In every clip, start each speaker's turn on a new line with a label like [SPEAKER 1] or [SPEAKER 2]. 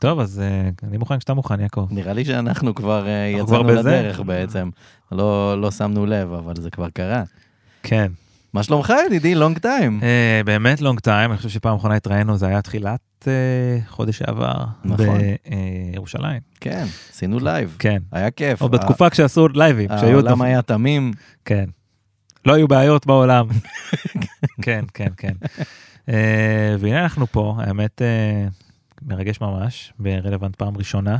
[SPEAKER 1] טוב, אז uh, אני מוכן כשאתה מוכן, יעקב.
[SPEAKER 2] נראה לי שאנחנו כבר אה,
[SPEAKER 1] אנחנו
[SPEAKER 2] יצאנו
[SPEAKER 1] כבר בזה?
[SPEAKER 2] לדרך בעצם. לא, לא שמנו לב, אבל זה כבר קרה.
[SPEAKER 1] כן.
[SPEAKER 2] מה שלומך, ידידי? לונג טיים.
[SPEAKER 1] אה, באמת לונג טיים, אני חושב שפעם אחרונה התראינו, זה היה תחילת אה, חודש שעבר.
[SPEAKER 2] נכון.
[SPEAKER 1] בירושלים.
[SPEAKER 2] כן, עשינו לייב.
[SPEAKER 1] כן.
[SPEAKER 2] היה כיף.
[SPEAKER 1] או בתקופה כשעשו לייבים,
[SPEAKER 2] ה-
[SPEAKER 1] כשהיו...
[SPEAKER 2] העולם
[SPEAKER 1] דף-
[SPEAKER 2] היה תמים.
[SPEAKER 1] כן. לא היו בעיות בעולם. כן, כן, כן. אה, והנה אנחנו פה, האמת, אה, מרגש ממש, ברלוונט פעם ראשונה.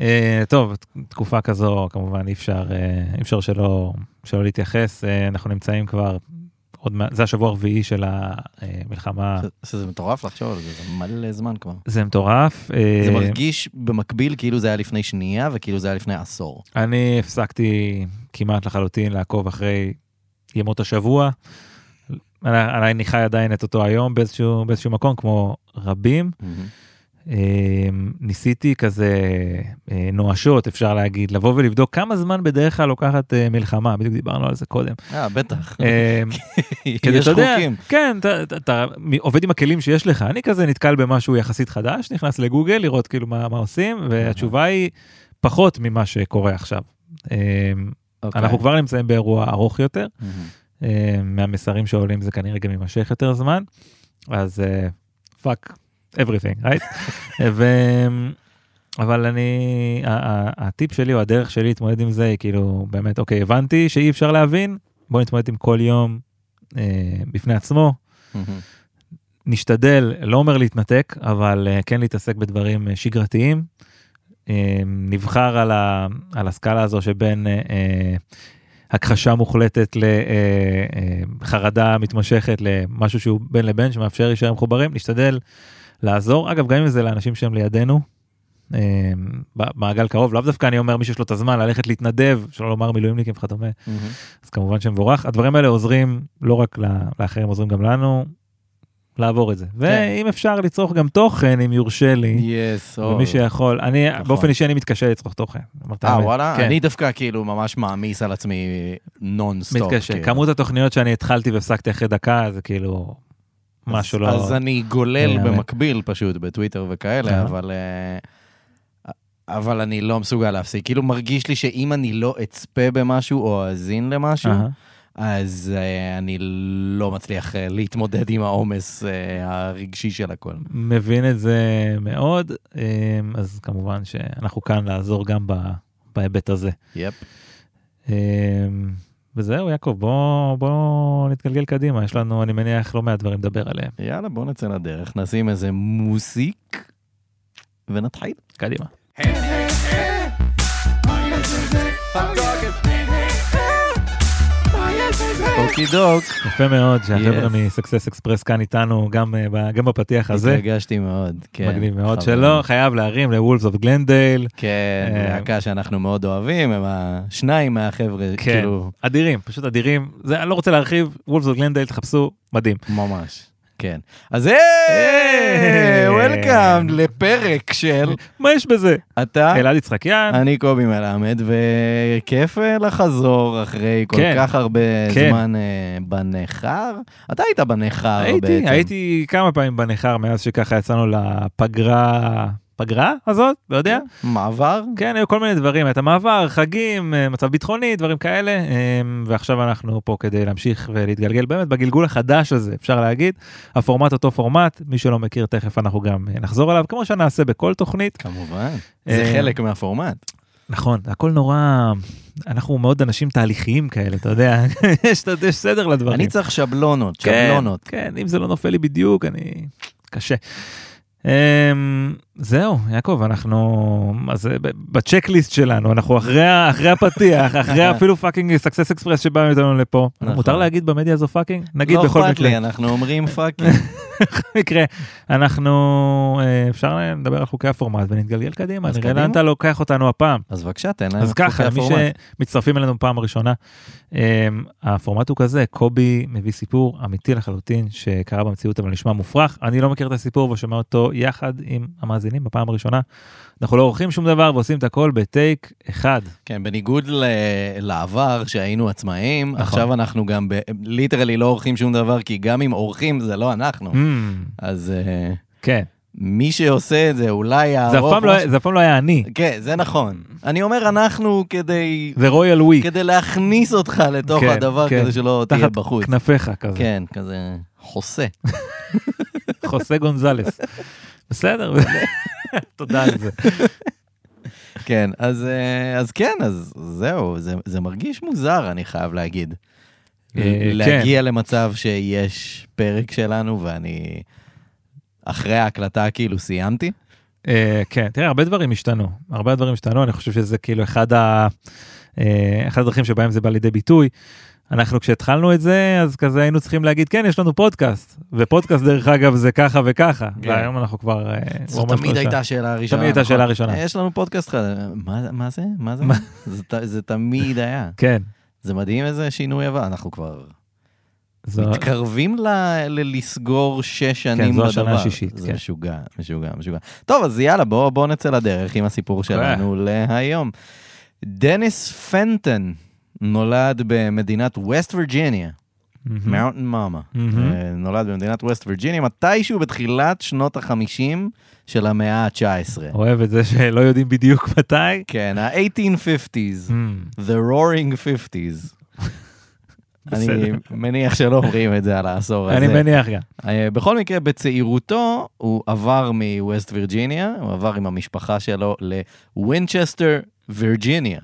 [SPEAKER 1] אה, טוב, תקופה כזו כמובן אי אפשר, אה, אי אפשר שלא, שלא להתייחס, אה, אנחנו נמצאים כבר, עוד, מעט- זה השבוע הרביעי של המלחמה,
[SPEAKER 2] ש- שזה מטורף לחשוב על זה, זה מלא זמן כבר.
[SPEAKER 1] זה מטורף. אה,
[SPEAKER 2] זה מרגיש במקביל כאילו זה היה לפני שנייה וכאילו זה היה לפני עשור.
[SPEAKER 1] אני הפסקתי כמעט לחלוטין לעקוב אחרי ימות השבוע. עליי אני חי עדיין את אותו היום באיזשהו, באיזשהו מקום כמו רבים. אה, ניסיתי כזה אה, נואשות אפשר להגיד לבוא ולבדוק כמה זמן בדרך כלל לוקחת אה, מלחמה בדיוק דיברנו על זה קודם.
[SPEAKER 2] אה, בטח.
[SPEAKER 1] אה, כדי,
[SPEAKER 2] יש
[SPEAKER 1] אתה יודע,
[SPEAKER 2] חוקים.
[SPEAKER 1] כן, אתה, אתה, אתה מ- עובד עם הכלים שיש לך. אני כזה נתקל במשהו יחסית חדש, נכנס לגוגל לראות כאילו מה, מה עושים, והתשובה היא פחות ממה שקורה עכשיו. אמ,
[SPEAKER 2] אוקיי.
[SPEAKER 1] אנחנו כבר נמצאים באירוע ארוך יותר,
[SPEAKER 2] מהמם.
[SPEAKER 1] אמ, מהמסרים שעולים זה כנראה גם יימשך יותר זמן, אז פאק, everything, right? ו- אבל אני, ה- ה- הטיפ שלי או הדרך שלי להתמודד עם זה היא כאילו באמת, אוקיי, הבנתי שאי אפשר להבין, בוא נתמודד עם כל יום אה, בפני עצמו.
[SPEAKER 2] מהמם.
[SPEAKER 1] נשתדל, לא אומר להתנתק, אבל אה, כן להתעסק בדברים אה, שגרתיים. אה, נבחר על, ה, על הסקאלה הזו שבין אה, אה, הכחשה מוחלטת לחרדה מתמשכת למשהו שהוא בין לבין שמאפשר להישאר מחוברים, נשתדל לעזור. אגב, גם אם זה לאנשים שהם לידינו, אה, במעגל קרוב, לאו דווקא אני אומר מי שיש לו את הזמן ללכת להתנדב, שלא לומר מילואימניקים וכדומה,
[SPEAKER 2] מהמם.
[SPEAKER 1] אז כמובן שמבורך. הדברים האלה עוזרים לא רק ל- לאחרים, עוזרים גם לנו לעבור את זה.
[SPEAKER 2] כן.
[SPEAKER 1] ואם אפשר לצרוך גם תוכן, אם יורשה לי,
[SPEAKER 2] יס, או.
[SPEAKER 1] ומי שיכול, אני
[SPEAKER 2] נכון.
[SPEAKER 1] באופן אישי אני מתקשה לצרוך תוכן. אמרת
[SPEAKER 2] oh. אה,
[SPEAKER 1] האמת.
[SPEAKER 2] וואלה?
[SPEAKER 1] כן.
[SPEAKER 2] אני דווקא כאילו ממש מעמיס על עצמי נונסטופ.
[SPEAKER 1] מתקשה.
[SPEAKER 2] כאילו.
[SPEAKER 1] כמות התוכניות שאני התחלתי והפסקתי אחרי דקה, זה כאילו
[SPEAKER 2] אז-
[SPEAKER 1] משהו לא...
[SPEAKER 2] אז אני גולל
[SPEAKER 1] ייאמן.
[SPEAKER 2] במקביל פשוט בטוויטר
[SPEAKER 1] אה.
[SPEAKER 2] וכאלה, אבל... אה, אבל אני לא מסוגל להפסיק. כאילו מרגיש לי שאם אני לא אצפה במשהו או אאזין למשהו,
[SPEAKER 1] אהה.
[SPEAKER 2] אז אה, אני לא מצליח אה, להתמודד עם העומס אה, הרגשי של הכל.
[SPEAKER 1] מבין את זה מאוד, אה, אז כמובן שאנחנו כאן לעזור גם ב- בהיבט הזה.
[SPEAKER 2] יפ.
[SPEAKER 1] אה, וזהו, יעקב, בוא, בוא נתגלגל קדימה, יש לנו, אני מניח, לא מעט דברים לדבר עליהם.
[SPEAKER 2] יאללה, בוא נצא לדרך, נשים איזה מוסיק ונתחיל.
[SPEAKER 1] קדימה.
[SPEAKER 2] אוקי דוק.
[SPEAKER 1] יפה מאוד שהחבר'ה
[SPEAKER 2] Yes.
[SPEAKER 1] מסקסס אקספרס כאן איתנו גם, אה, ב- גם בפתיח הזה.
[SPEAKER 2] התרגשתי מאוד, כן.
[SPEAKER 1] מגניב מאוד
[SPEAKER 2] חברים.
[SPEAKER 1] שלא, חייב להרים לוולס אוף גלנדייל.
[SPEAKER 2] כן,
[SPEAKER 1] אה,
[SPEAKER 2] להקה שאנחנו מאוד אוהבים, הם השניים מהחבר'ה,
[SPEAKER 1] כן.
[SPEAKER 2] כאילו,
[SPEAKER 1] אדירים, פשוט אדירים. זה, אני לא רוצה להרחיב, וולס אוף גלנדייל, תחפשו, מדהים.
[SPEAKER 2] ממש. כן. אז היי, וולקאם לפרק של
[SPEAKER 1] מה יש בזה?
[SPEAKER 2] אתה,
[SPEAKER 1] אלעד יצחקיאן,
[SPEAKER 2] אני קובי מלמד, וכיף אה, לחזור אחרי כל
[SPEAKER 1] כן.
[SPEAKER 2] כך הרבה
[SPEAKER 1] כן.
[SPEAKER 2] זמן אה, בניכר. אתה היית בניכר אה, בעצם.
[SPEAKER 1] הייתי, הייתי כמה פעמים בניכר מאז שככה יצאנו לפגרה, פגרה הזאת? לא יודע.
[SPEAKER 2] מעבר?
[SPEAKER 1] כן, היו כל מיני דברים, את המעבר, חגים, אה, מצב ביטחוני, דברים כאלה, אה, ועכשיו אנחנו פה כדי להמשיך ולהתגלגל באמת בגלגול החדש הזה, אפשר להגיד. הפורמט אותו פורמט, מי שלא מכיר, תכף אנחנו גם אה, נחזור אליו, כמו שנעשה בכל תוכנית.
[SPEAKER 2] כמובן. זה
[SPEAKER 1] אה,
[SPEAKER 2] חלק מהפורמט.
[SPEAKER 1] נכון, הכל נורא, אנחנו מאוד אנשים תהליכיים כאלה, אתה יודע, יש, יש סדר לדברים.
[SPEAKER 2] אני צריך שבלונות,
[SPEAKER 1] כן,
[SPEAKER 2] שבלונות.
[SPEAKER 1] כן, אם זה לא נופל לי בדיוק, אני... קשה. אמ, זהו, יעקב, אנחנו... אז אה, ב- בצ'קליסט שלנו, אנחנו אחרי, ה- אחרי הפתיח, אחרי אפילו פאקינג סקסס אקספרס שבא איתנו לפה.
[SPEAKER 2] נכון.
[SPEAKER 1] מותר להגיד במדיה הזו פאקינג? נגיד בכל
[SPEAKER 2] לא אכפת
[SPEAKER 1] מקרה.
[SPEAKER 2] לי, אנחנו אומרים פאקינג.
[SPEAKER 1] מקרה, אנחנו... אה, אפשר לדבר על חוקי הפורמט ונתגלגל קדימה,
[SPEAKER 2] אז
[SPEAKER 1] נראה
[SPEAKER 2] קדימה.
[SPEAKER 1] לאן אתה לוקח אותנו הפעם.
[SPEAKER 2] אז בבקשה, תן להם
[SPEAKER 1] אז
[SPEAKER 2] את חוקי
[SPEAKER 1] ככה, למי
[SPEAKER 2] הפורמט.
[SPEAKER 1] שמצטרפים אלינו פעם ראשונה, אמ, הפורמט הוא כזה, קובי מביא סיפור אמיתי לחלוטין שקרה במציאות אבל נשמע מופרך. אני לא מכיר את הסיפור ושומע אותו יחד עם המאזינים בפעם הראשונה. אנחנו לא עורכים שום דבר ועושים את הכל בטייק אחד.
[SPEAKER 2] כן, בניגוד ל- לעבר שהיינו עצמאים,
[SPEAKER 1] נכון.
[SPEAKER 2] עכשיו אנחנו גם ב-
[SPEAKER 1] Mm.
[SPEAKER 2] ליטרלי לא עורכים שום דבר, כי גם אם עורכים זה לא אנחנו.
[SPEAKER 1] אמ,
[SPEAKER 2] אז אה,
[SPEAKER 1] כן,
[SPEAKER 2] מי שעושה את זה אולי
[SPEAKER 1] זה אף
[SPEAKER 2] יערוך...
[SPEAKER 1] פעם לא היה-
[SPEAKER 2] משהו-
[SPEAKER 1] זה אף פעם לא היה אני,
[SPEAKER 2] כן, זה נכון. אני אומר אנחנו כדי...
[SPEAKER 1] זה רויאל וויק,
[SPEAKER 2] כדי להכניס אותך לתוך
[SPEAKER 1] כן,
[SPEAKER 2] הדבר
[SPEAKER 1] כן.
[SPEAKER 2] כזה שלא תהיה
[SPEAKER 1] תחת
[SPEAKER 2] בחוץ.
[SPEAKER 1] כנפיך כזה,
[SPEAKER 2] כן, כזה חוסה.
[SPEAKER 1] חוסה גונזלס. בסדר, תודה על זה.
[SPEAKER 2] כן, אז, אה, אז כן, אז זהו, זה, זה מרגיש מוזר, אני חייב להגיד.
[SPEAKER 1] אה,
[SPEAKER 2] להגיע למצב שיש פרק שלנו ואני אחרי ההקלטה כאילו סיימתי.
[SPEAKER 1] אה, כן, תראה, הרבה דברים השתנו, הרבה הדברים השתנו, אני חושב שזה כאילו אחד ה... אה, אחת הדרכים שבהם זה בא לידי ביטוי. אנחנו כשהתחלנו את זה, אז כזה היינו צריכים להגיד, כן, יש לנו פודקאסט, ופודקאסט דרך אגב זה ככה וככה,
[SPEAKER 2] כן.
[SPEAKER 1] והיום אנחנו כבר... אה,
[SPEAKER 2] זו
[SPEAKER 1] ממש לא
[SPEAKER 2] תמיד
[SPEAKER 1] שם.
[SPEAKER 2] הייתה השאלה הראשונה.
[SPEAKER 1] תמיד הייתה
[SPEAKER 2] נכון?
[SPEAKER 1] השאלה הראשונה.
[SPEAKER 2] יש לנו פודקאסט חדש, מה, מה זה? מה זה?
[SPEAKER 1] מה?
[SPEAKER 2] זה, ת- זה תמיד היה.
[SPEAKER 1] כן,
[SPEAKER 2] זה מדהים איזה שינוי עבר, אנחנו כבר
[SPEAKER 1] זו...
[SPEAKER 2] מתקרבים ל, ללסגור שש שנים
[SPEAKER 1] כן, זו
[SPEAKER 2] בדבר.
[SPEAKER 1] השנה השישית,
[SPEAKER 2] זה
[SPEAKER 1] כן.
[SPEAKER 2] משוגע, משוגע, משוגע. טוב, אז יאללה, בואו בוא נצא לדרך עם הסיפור
[SPEAKER 1] אוקיי.
[SPEAKER 2] שלנו להיום. דניס פנטון נולד במדינת ווסט וירג'יניה,
[SPEAKER 1] מהמם.
[SPEAKER 2] מאונטן מאמה.
[SPEAKER 1] מהמם.
[SPEAKER 2] אה, נולד במדינת ווסט וירג'יניה מתישהו בתחילת שנות החמישים של המאה ה-19.
[SPEAKER 1] אוהב את זה שלא יודעים בדיוק מתי. Hmm.
[SPEAKER 2] כן, ה-1850's,
[SPEAKER 1] מהמם.
[SPEAKER 2] The Roaring 50's. אני
[SPEAKER 1] בסדר.
[SPEAKER 2] מניח שלא אומרים את זה על העשור הזה.
[SPEAKER 1] אני מניח גם.
[SPEAKER 2] אה, בכל מקרה, בצעירותו הוא עבר מווסט וירג'יניה, הוא עבר עם המשפחה שלו לווינצ'סטר, וירג'יניה.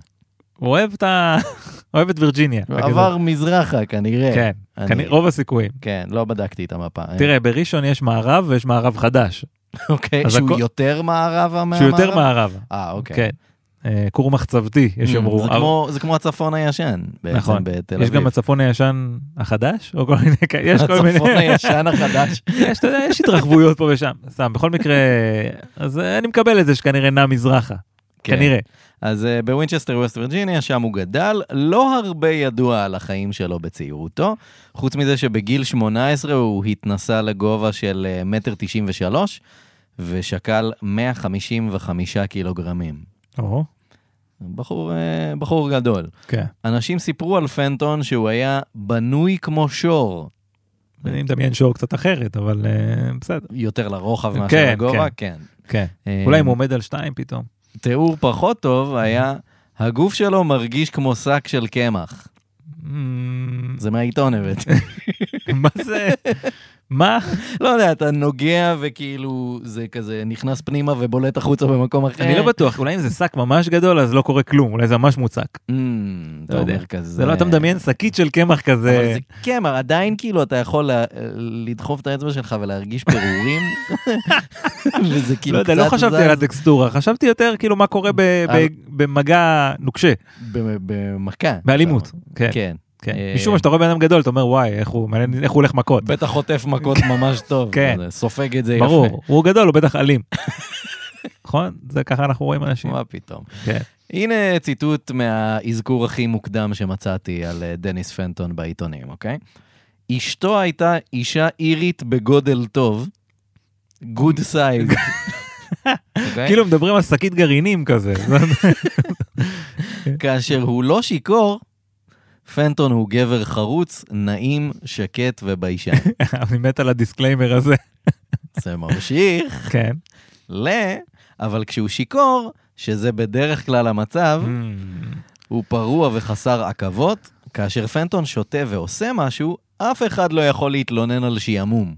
[SPEAKER 1] הוא אוהב את ה... אוהב את וירג'יניה.
[SPEAKER 2] הוא
[SPEAKER 1] רק כזה.
[SPEAKER 2] עבר מזרחה כנראה.
[SPEAKER 1] כן,
[SPEAKER 2] אני-
[SPEAKER 1] כנראה- רוב הסיכויים.
[SPEAKER 2] כן, לא בדקתי את המפה.
[SPEAKER 1] תראה, בראשון יש מערב ויש מערב חדש,
[SPEAKER 2] אוקיי,
[SPEAKER 1] אז
[SPEAKER 2] שהוא
[SPEAKER 1] הכל-
[SPEAKER 2] יותר מערבה
[SPEAKER 1] שהוא
[SPEAKER 2] מהמערב?
[SPEAKER 1] יותר מערבה.
[SPEAKER 2] אה, אוקיי.
[SPEAKER 1] כן. אה, כור מחצבתי, יש
[SPEAKER 2] Mm,
[SPEAKER 1] יאמרו.
[SPEAKER 2] זה
[SPEAKER 1] אבל-
[SPEAKER 2] כמו- זה כמו הצפון הישן,
[SPEAKER 1] נכון.
[SPEAKER 2] בעצם, בתל אביב.
[SPEAKER 1] יש גם הצפון הישן החדש, או כל מיני כאלה, יש כל מיני,
[SPEAKER 2] הצפון הישן החדש.
[SPEAKER 1] יש, אתה יודע, יש התרחבויות פה ושם, סתם, בכל מקרה, אז אה, אני מקבל את זה שכנראה נע מזרחה,
[SPEAKER 2] כן.
[SPEAKER 1] כנראה.
[SPEAKER 2] אז אה, בווינצ'סטר ווסט וירג'יניה, שם הוא גדל, לא הרבה ידוע על החיים שלו בצעירותו, חוץ מזה שבגיל 18 הוא התנסה לגובה של אה, מטר 93 ושקל 155 קילוגרמים.
[SPEAKER 1] או,
[SPEAKER 2] בחור, אה, בחור גדול.
[SPEAKER 1] כן.
[SPEAKER 2] אנשים סיפרו על פנטון שהוא היה בנוי כמו שור,
[SPEAKER 1] אני מדמיין שור קצת אחרת, אבל אה, בסדר.
[SPEAKER 2] יותר לרוחב
[SPEAKER 1] כן,
[SPEAKER 2] מאשר
[SPEAKER 1] כן.
[SPEAKER 2] לגובה, כן.
[SPEAKER 1] כן.
[SPEAKER 2] אה,
[SPEAKER 1] אולי אם הוא עומד על שתיים פתאום.
[SPEAKER 2] תיאור פחות טוב היה, הגוף שלו מרגיש כמו שק של קמח.
[SPEAKER 1] אמ,
[SPEAKER 2] זה מהעיתון הבאתי.
[SPEAKER 1] Mm, מה זה? מה?
[SPEAKER 2] לא יודע, אתה נוגע וכאילו זה כזה נכנס פנימה ובולט החוצה במקום אחר.
[SPEAKER 1] אני לא בטוח, אולי אם זה שק ממש גדול, אז לא קורה כלום, אולי זה ממש מוצק.
[SPEAKER 2] Mm,
[SPEAKER 1] לא
[SPEAKER 2] אתה
[SPEAKER 1] יודע.
[SPEAKER 2] אומר כזה.
[SPEAKER 1] זה לא, אתה מדמיין שקית של קמח
[SPEAKER 2] אה. אבל
[SPEAKER 1] כזה.
[SPEAKER 2] זה קמר, עדיין כאילו אתה יכול לה- לדחוף את האצבע שלך ולהרגיש פירורים. וזה כאילו
[SPEAKER 1] לא יודע, לא
[SPEAKER 2] קצת
[SPEAKER 1] חשבתי
[SPEAKER 2] זז
[SPEAKER 1] על הטקסטורה, חשבתי יותר כאילו מה קורה ב- ב-
[SPEAKER 2] על-
[SPEAKER 1] במגע נוקשה,
[SPEAKER 2] ב- במכה.
[SPEAKER 1] באלימות. כן,
[SPEAKER 2] כן.
[SPEAKER 1] כן.
[SPEAKER 2] אה,
[SPEAKER 1] משום מה שאתה רואה בן אדם גדול, אתה אומר וואי, איך הוא מעניין, איך הוא הולך מכות.
[SPEAKER 2] בטח חוטף מכות ממש טוב.
[SPEAKER 1] כן.
[SPEAKER 2] כזה, סופג את זה יפה.
[SPEAKER 1] ברור, הוא גדול, הוא בטח אלים. נכון? זה ככה אנחנו רואים אנשים.
[SPEAKER 2] מה פתאום.
[SPEAKER 1] כן.
[SPEAKER 2] הנה ציטוט מהאזכור הכי מוקדם שמצאתי על אה, דניס פנטון בעיתונים, אוקיי? אשתו הייתה אישה אירית בגודל טוב, גוד סייז.
[SPEAKER 1] כאילו מדברים על שקית גרעינים כזה.
[SPEAKER 2] כאשר הוא לא שיכור, פנטון הוא גבר חרוץ, נעים, שקט וביישן.
[SPEAKER 1] אני מת על הדיסקליימר הזה.
[SPEAKER 2] זה ממשיך
[SPEAKER 1] כן.
[SPEAKER 2] ל... אבל כשהוא שיכור, שזה בדרך כלל המצב,
[SPEAKER 1] Mm.
[SPEAKER 2] הוא פרוע וחסר עכבות, כאשר פנטון שותה ועושה משהו, אף אחד לא יכול להתלונן על שעמום.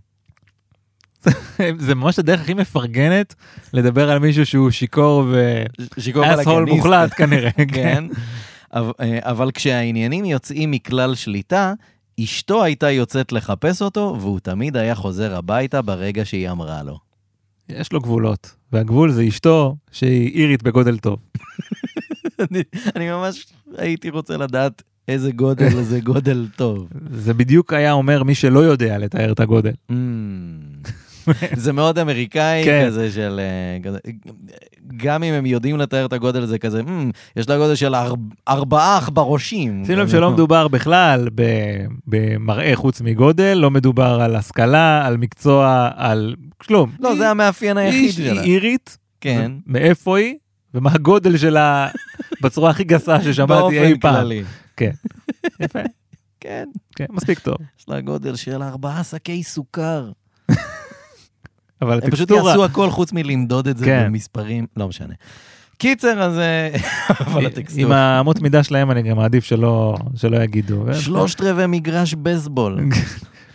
[SPEAKER 1] זה ממש הדרך הכי מפרגנת לדבר על מישהו שהוא שיכור
[SPEAKER 2] שיכור
[SPEAKER 1] ואסהול מוחלט כנראה.
[SPEAKER 2] כן. אבל- אה, אבל כשהעניינים יוצאים מכלל שליטה, אשתו הייתה יוצאת לחפש אותו, והוא תמיד היה חוזר הביתה ברגע שהיא אמרה לו.
[SPEAKER 1] יש לו גבולות, והגבול זה אשתו שהיא אירית בגודל טוב.
[SPEAKER 2] אני- אני ממש הייתי רוצה לדעת איזה גודל זה גודל טוב.
[SPEAKER 1] זה בדיוק היה אומר מי שלא יודע לתאר את הגודל.
[SPEAKER 2] Mm. זה מאוד אמריקאי
[SPEAKER 1] כן.
[SPEAKER 2] כזה של... אה, כזה- גם אם הם יודעים לתאר את הגודל זה כזה, "מ, יש לה גודל של ארבע- ארבעה עכברושים.
[SPEAKER 1] שים לב
[SPEAKER 2] כזה.
[SPEAKER 1] שלא מדובר בכלל ב- במראה חוץ מגודל, לא מדובר על השכלה, על מקצוע, על כלום.
[SPEAKER 2] לא, זה המאפיין
[SPEAKER 1] היא-
[SPEAKER 2] היחיד
[SPEAKER 1] היא-
[SPEAKER 2] שלה.
[SPEAKER 1] היא אירית,
[SPEAKER 2] כן.
[SPEAKER 1] מאיפה היא, ומה הגודל שלה בצורה הכי גסה ששמעתי אי
[SPEAKER 2] באופן
[SPEAKER 1] פעם.
[SPEAKER 2] כללי.
[SPEAKER 1] יפה,
[SPEAKER 2] כן,
[SPEAKER 1] כן, מספיק טוב.
[SPEAKER 2] יש לה גודל של ארבעה שקי סוכר.
[SPEAKER 1] אבל
[SPEAKER 2] הם פשוט
[SPEAKER 1] הטקסטורה...
[SPEAKER 2] יעשו הכל חוץ מלמדוד את זה
[SPEAKER 1] כן.
[SPEAKER 2] במספרים, לא משנה. קיצר, אז... אה, אבל
[SPEAKER 1] עם
[SPEAKER 2] הטקסטורה.
[SPEAKER 1] האמות מידה שלהם אני גם מעדיף שלא, שלא יגידו.
[SPEAKER 2] שלושת רבעי מגרש בייסבול.
[SPEAKER 1] כן.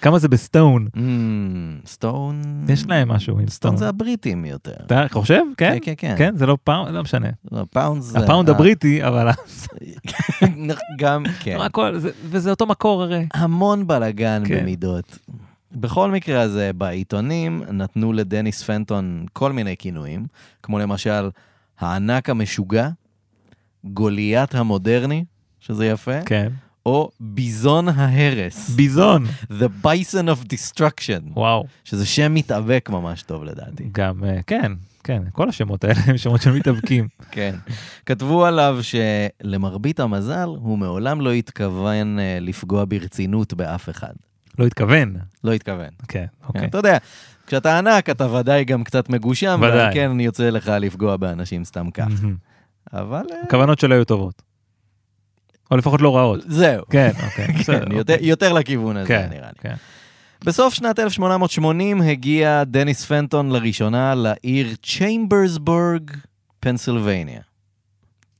[SPEAKER 1] כמה זה בסטון?
[SPEAKER 2] אמ, סטון...
[SPEAKER 1] יש להם משהו עם סטון.
[SPEAKER 2] סטון זה הבריטים יותר.
[SPEAKER 1] אתה חושב? כן?
[SPEAKER 2] כן, כן.
[SPEAKER 1] כן, זה לא פאונד, לא משנה.
[SPEAKER 2] לא, פאונד זה...
[SPEAKER 1] הפאונד
[SPEAKER 2] אה,
[SPEAKER 1] הבריטי, אבל
[SPEAKER 2] גם, כן.
[SPEAKER 1] הכל, זה- וזה אותו מקור הרי.
[SPEAKER 2] המון בלאגן
[SPEAKER 1] כן.
[SPEAKER 2] במידות. בכל מקרה, אז אה, בעיתונים נתנו לדניס פנטון כל מיני כינויים, כמו למשל, הענק המשוגע, גוליית המודרני, שזה יפה,
[SPEAKER 1] כן.
[SPEAKER 2] או ביזון ההרס,
[SPEAKER 1] ביזון.
[SPEAKER 2] The Bison of Destruction,
[SPEAKER 1] וואו.
[SPEAKER 2] שזה שם מתאבק ממש טוב לדעתי.
[SPEAKER 1] גם, אה, כן, כן, כל השמות האלה הם שמות של מתאבקים.
[SPEAKER 2] כן. כתבו עליו שלמרבית המזל, הוא מעולם לא התכוון אה, לפגוע ברצינות באף אחד.
[SPEAKER 1] לא התכוון.
[SPEAKER 2] לא התכוון.
[SPEAKER 1] כן,
[SPEAKER 2] כן,
[SPEAKER 1] אוקיי.
[SPEAKER 2] אתה יודע, כשאתה ענק אתה ודאי גם קצת מגושם,
[SPEAKER 1] ודאי.
[SPEAKER 2] ועל כן יוצא לך לפגוע באנשים סתם כך.
[SPEAKER 1] מהמם. Mm.
[SPEAKER 2] אבל אה,
[SPEAKER 1] הכוונות שלו היו טובות. או לפחות לא רעות.
[SPEAKER 2] זהו.
[SPEAKER 1] כן, אוקיי. בסדר,
[SPEAKER 2] כן, יותר- יותר לכיוון הזה,
[SPEAKER 1] כן,
[SPEAKER 2] נראה לי.
[SPEAKER 1] כן.
[SPEAKER 2] בסוף שנת 1880 הגיע דניס פנטון לראשונה לעיר צ'יימברסבורג, פנסילבניה.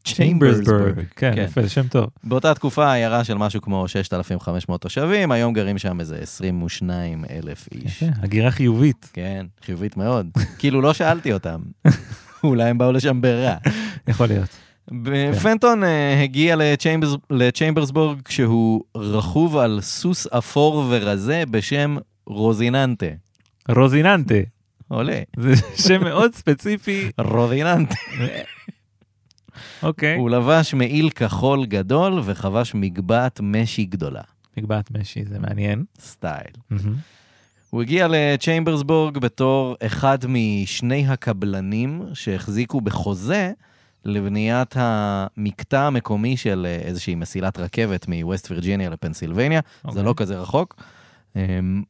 [SPEAKER 1] צ'יימברסברג. כן,
[SPEAKER 2] כן.
[SPEAKER 1] יפה, זה שם טוב.
[SPEAKER 2] באותה תקופה עיירה של משהו כמו 6,500 תושבים, היום גרים שם איזה 22 אלף איש.
[SPEAKER 1] יפה, כן, הגירה חיובית.
[SPEAKER 2] כן, חיובית מאוד. כאילו לא שאלתי אותם. אולי הם באו לשם ברע.
[SPEAKER 1] יכול להיות.
[SPEAKER 2] ב- פנטון אה, הגיע לצ'יימברס- לצ'יימברסבורג כשהוא רכוב על סוס אפור ורזה בשם רוזיננטה.
[SPEAKER 1] רוזיננטה.
[SPEAKER 2] עולה.
[SPEAKER 1] זה שם מאוד ספציפי.
[SPEAKER 2] רוזיננטה.
[SPEAKER 1] אוקיי.
[SPEAKER 2] הוא לבש מעיל כחול גדול וחבש מגבעת משי גדולה.
[SPEAKER 1] מגבעת משי, זה מעניין.
[SPEAKER 2] סטייל.
[SPEAKER 1] מהמם.
[SPEAKER 2] הוא הגיע לצ'יימברסבורג בתור אחד משני הקבלנים שהחזיקו בחוזה לבניית המקטע המקומי של אה, איזושהי מסילת רכבת מווסט וירג'יניה לפנסילבניה, okay. זה
[SPEAKER 1] אוקיי.
[SPEAKER 2] לא כזה רחוק. אמ,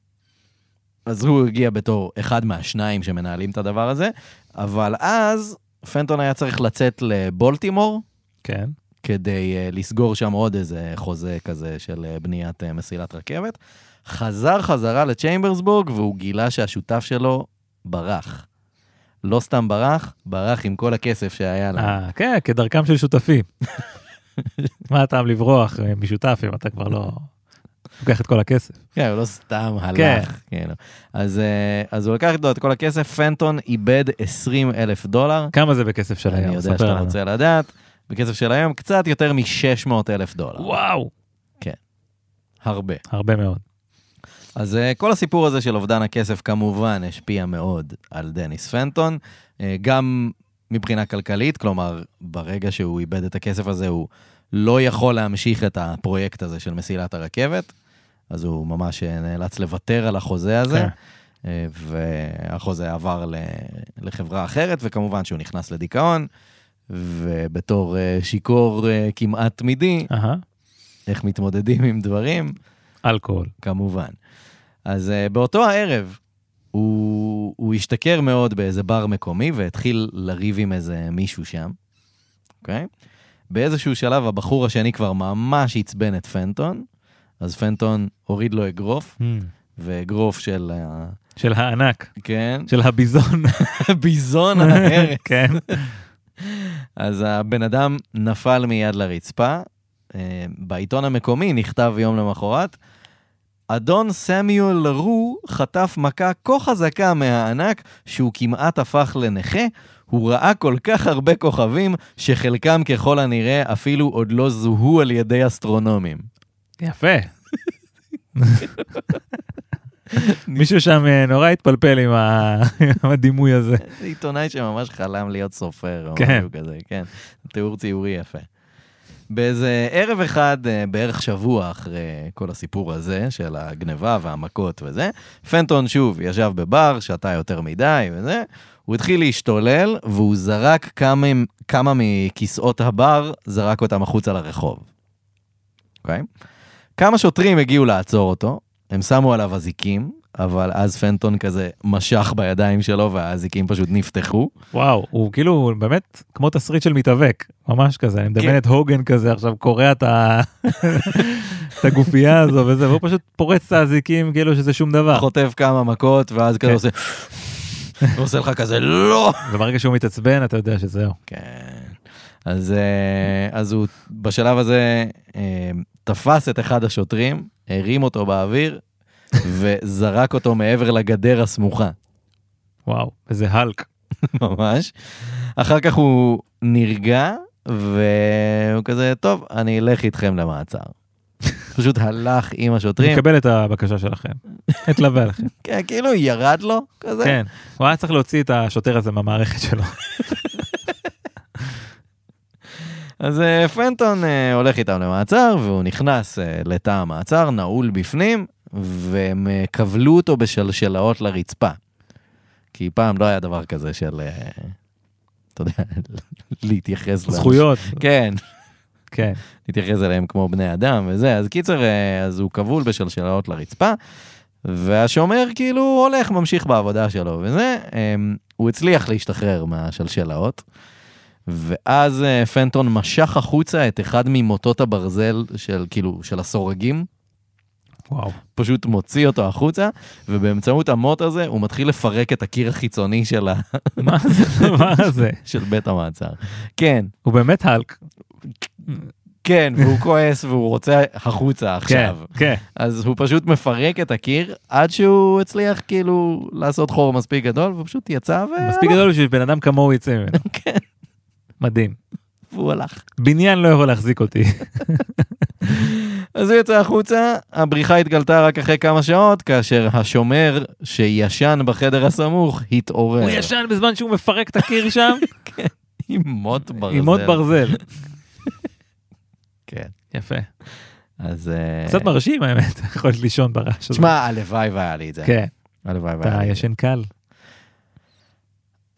[SPEAKER 2] אז הוא הגיע בתור אחד מהשניים שמנהלים את הדבר הזה, אבל אז פנטון היה צריך לצאת לבולטימור
[SPEAKER 1] כן.
[SPEAKER 2] כדי אה, לסגור שם עוד איזה חוזה כזה של אה, בניית אה, מסילת רכבת. חזר חזרה לצ'יימברסבורג והוא גילה שהשותף שלו ברח. לא סתם ברח, ברח עם כל הכסף שהיה לו.
[SPEAKER 1] אה, כן, כדרכם של שותפים. מה הטעם לברוח אה, משותף אם אתה כבר לא לוקח את כל הכסף?
[SPEAKER 2] כן, הוא לא סתם
[SPEAKER 1] כן.
[SPEAKER 2] הלך. כן. אז, אה, אז הוא לקח איתו את כל הכסף, פנטון איבד 20 אלף דולר.
[SPEAKER 1] כמה זה בכסף של היום?
[SPEAKER 2] אני יודע
[SPEAKER 1] ספר
[SPEAKER 2] שאתה
[SPEAKER 1] לנו.
[SPEAKER 2] רוצה לדעת. בכסף של היום, קצת יותר מ-600 אלף דולר.
[SPEAKER 1] וואו,
[SPEAKER 2] הרבה.
[SPEAKER 1] הרבה מאוד.
[SPEAKER 2] אז אה, כל הסיפור הזה של אובדן הכסף כמובן השפיע מאוד על דניס פנטון, אה, גם מבחינה כלכלית, כלומר, ברגע שהוא איבד את הכסף הזה, הוא לא יכול להמשיך את הפרויקט הזה של מסילת הרכבת, אז הוא ממש אה, נאלץ לוותר על החוזה הזה,
[SPEAKER 1] כן.
[SPEAKER 2] אה, והחוזה עבר ל- לחברה אחרת, וכמובן שהוא נכנס לדיכאון, ובתור אה, שיכור אה, כמעט תמידי,
[SPEAKER 1] אהה,
[SPEAKER 2] איך מתמודדים עם דברים.
[SPEAKER 1] אלכוהול.
[SPEAKER 2] כמובן. אז uh, באותו הערב, הוא, הוא השתכר מאוד באיזה בר מקומי והתחיל לריב עם איזה מישהו שם, אוקיי? באיזשהו שלב הבחור השני כבר ממש עצבן את פנטון, אז פנטון הוריד לו אגרוף, ואגרוף של, ה-
[SPEAKER 1] של הענק,
[SPEAKER 2] כן,
[SPEAKER 1] של הביזון.
[SPEAKER 2] ביזון ההרס.
[SPEAKER 1] כן.
[SPEAKER 2] אז הבן אדם נפל מיד לרצפה. אה, בעיתון המקומי נכתב יום למחרת, אדון סמיול לרו חטף מכה כה חזקה מהענק שהוא כמעט הפך לנכה. הוא ראה כל כך הרבה כוכבים, שחלקם ככל הנראה אפילו עוד לא זוהו על ידי אסטרונומים.
[SPEAKER 1] יפה. מישהו שם אה, נורא התפלפל עם ה- עם הדימוי הזה.
[SPEAKER 2] זה עיתונאי שממש חלם להיות סופר או
[SPEAKER 1] כן.
[SPEAKER 2] משהו כזה, כן. תיאור ציורי יפה. באיזה ערב אחד, אה, בערך שבוע אחרי כל הסיפור הזה של הגניבה והמכות וזה, פנטון שוב ישב בבר, שתה יותר מדי וזה, הוא התחיל להשתולל והוא זרק כמה, כמה מכיסאות הבר, זרק אותם החוצה לרחוב. אוקיי? כמה שוטרים הגיעו לעצור אותו, הם שמו עליו אזיקים, אבל אז פנטון כזה משך בידיים שלו והאזיקים פשוט נפתחו.
[SPEAKER 1] וואו, הוא כאילו באמת כמו תסריט של מתאבק, ממש כזה, אני
[SPEAKER 2] כן.
[SPEAKER 1] מדמיין את הוגן כזה עכשיו קורע את ה- את הגופייה הזו
[SPEAKER 2] נכון.
[SPEAKER 1] וזה, והוא פשוט פורץ את האזיקים כאילו שזה שום דבר.
[SPEAKER 2] חוטף כמה מכות, ואז כזה
[SPEAKER 1] כן.
[SPEAKER 2] עושה... ועושה לך כזה לא.
[SPEAKER 1] וברגע שהוא מתעצבן אתה יודע שזהו.
[SPEAKER 2] כן. אז, אה, אז הוא בשלב הזה אה, תפס את אחד השוטרים, הרים אותו באוויר, וזרק אותו מעבר לגדר הסמוכה,
[SPEAKER 1] וואו, איזה האלק.
[SPEAKER 2] ממש. אחר כך הוא נרגע, והוא כזה, טוב, אני אלך איתכם למעצר. פשוט הלך עם
[SPEAKER 1] אני
[SPEAKER 2] השוטרים,
[SPEAKER 1] מקבל את הבקשה שלכם. אתלווה לכם.
[SPEAKER 2] כן, כאילו ירד לו, כזה.
[SPEAKER 1] כן, הוא היה צריך להוציא את השוטר הזה מהמערכת שלו.
[SPEAKER 2] אז אה, פנטון אה, הולך איתם למעצר, והוא נכנס אה, לתא המעצר, נעול בפנים, והם אה, כבלו אותו בשלשלאות לרצפה. כי פעם לא היה דבר כזה של, אה, אתה יודע, להתייחס לאנשים.
[SPEAKER 1] זכויות,
[SPEAKER 2] כן,
[SPEAKER 1] כן.
[SPEAKER 2] להתייחס אליהם כמו בני אדם וזה. אז קיצר, אה, אז הוא כבול בשלשלאות לרצפה, והשומר כאילו הולך, ממשיך בעבודה שלו וזה. אה, הוא הצליח להשתחרר מהשלשלאות, ואז אה, פנטון משך החוצה את אחד ממוטות הברזל של כאילו, של הסורגים.
[SPEAKER 1] וואו.
[SPEAKER 2] פשוט מוציא אותו החוצה, ובאמצעות המוט הזה הוא מתחיל לפרק את הקיר החיצוני של, ה...
[SPEAKER 1] מה זה הדבר הזה?
[SPEAKER 2] של בית המעצר. כן,
[SPEAKER 1] הוא באמת האלק.
[SPEAKER 2] כן, והוא כועס והוא רוצה החוצה עכשיו.
[SPEAKER 1] כן, כן.
[SPEAKER 2] אז הוא פשוט מפרק את הקיר עד שהוא הצליח כאילו לעשות חור מספיק גדול, והוא פשוט יצא והלך.
[SPEAKER 1] מספיק גדול בשביל בן אדם כמוהו יצא ממנו.
[SPEAKER 2] כן,
[SPEAKER 1] מדהים.
[SPEAKER 2] והוא הלך.
[SPEAKER 1] בניין לא יכול להחזיק אותי.
[SPEAKER 2] אז הוא יצא החוצה, הבריחה התגלתה רק אחרי כמה שעות, כאשר השומר שישן בחדר הסמוך התעורר.
[SPEAKER 1] הוא ישן בזמן שהוא מפרק את הקיר שם
[SPEAKER 2] עם מוט ברזל.
[SPEAKER 1] עם עוד ברזל.
[SPEAKER 2] כן.
[SPEAKER 1] יפה.
[SPEAKER 2] אז... אה,
[SPEAKER 1] קצת מרשים האמת, יכול להיות לישון ברעש הזה.
[SPEAKER 2] תשמע, הלוואי והיה לי את זה.
[SPEAKER 1] כן,
[SPEAKER 2] הלוואי והיה
[SPEAKER 1] אתה
[SPEAKER 2] לי את זה.
[SPEAKER 1] ישן קל.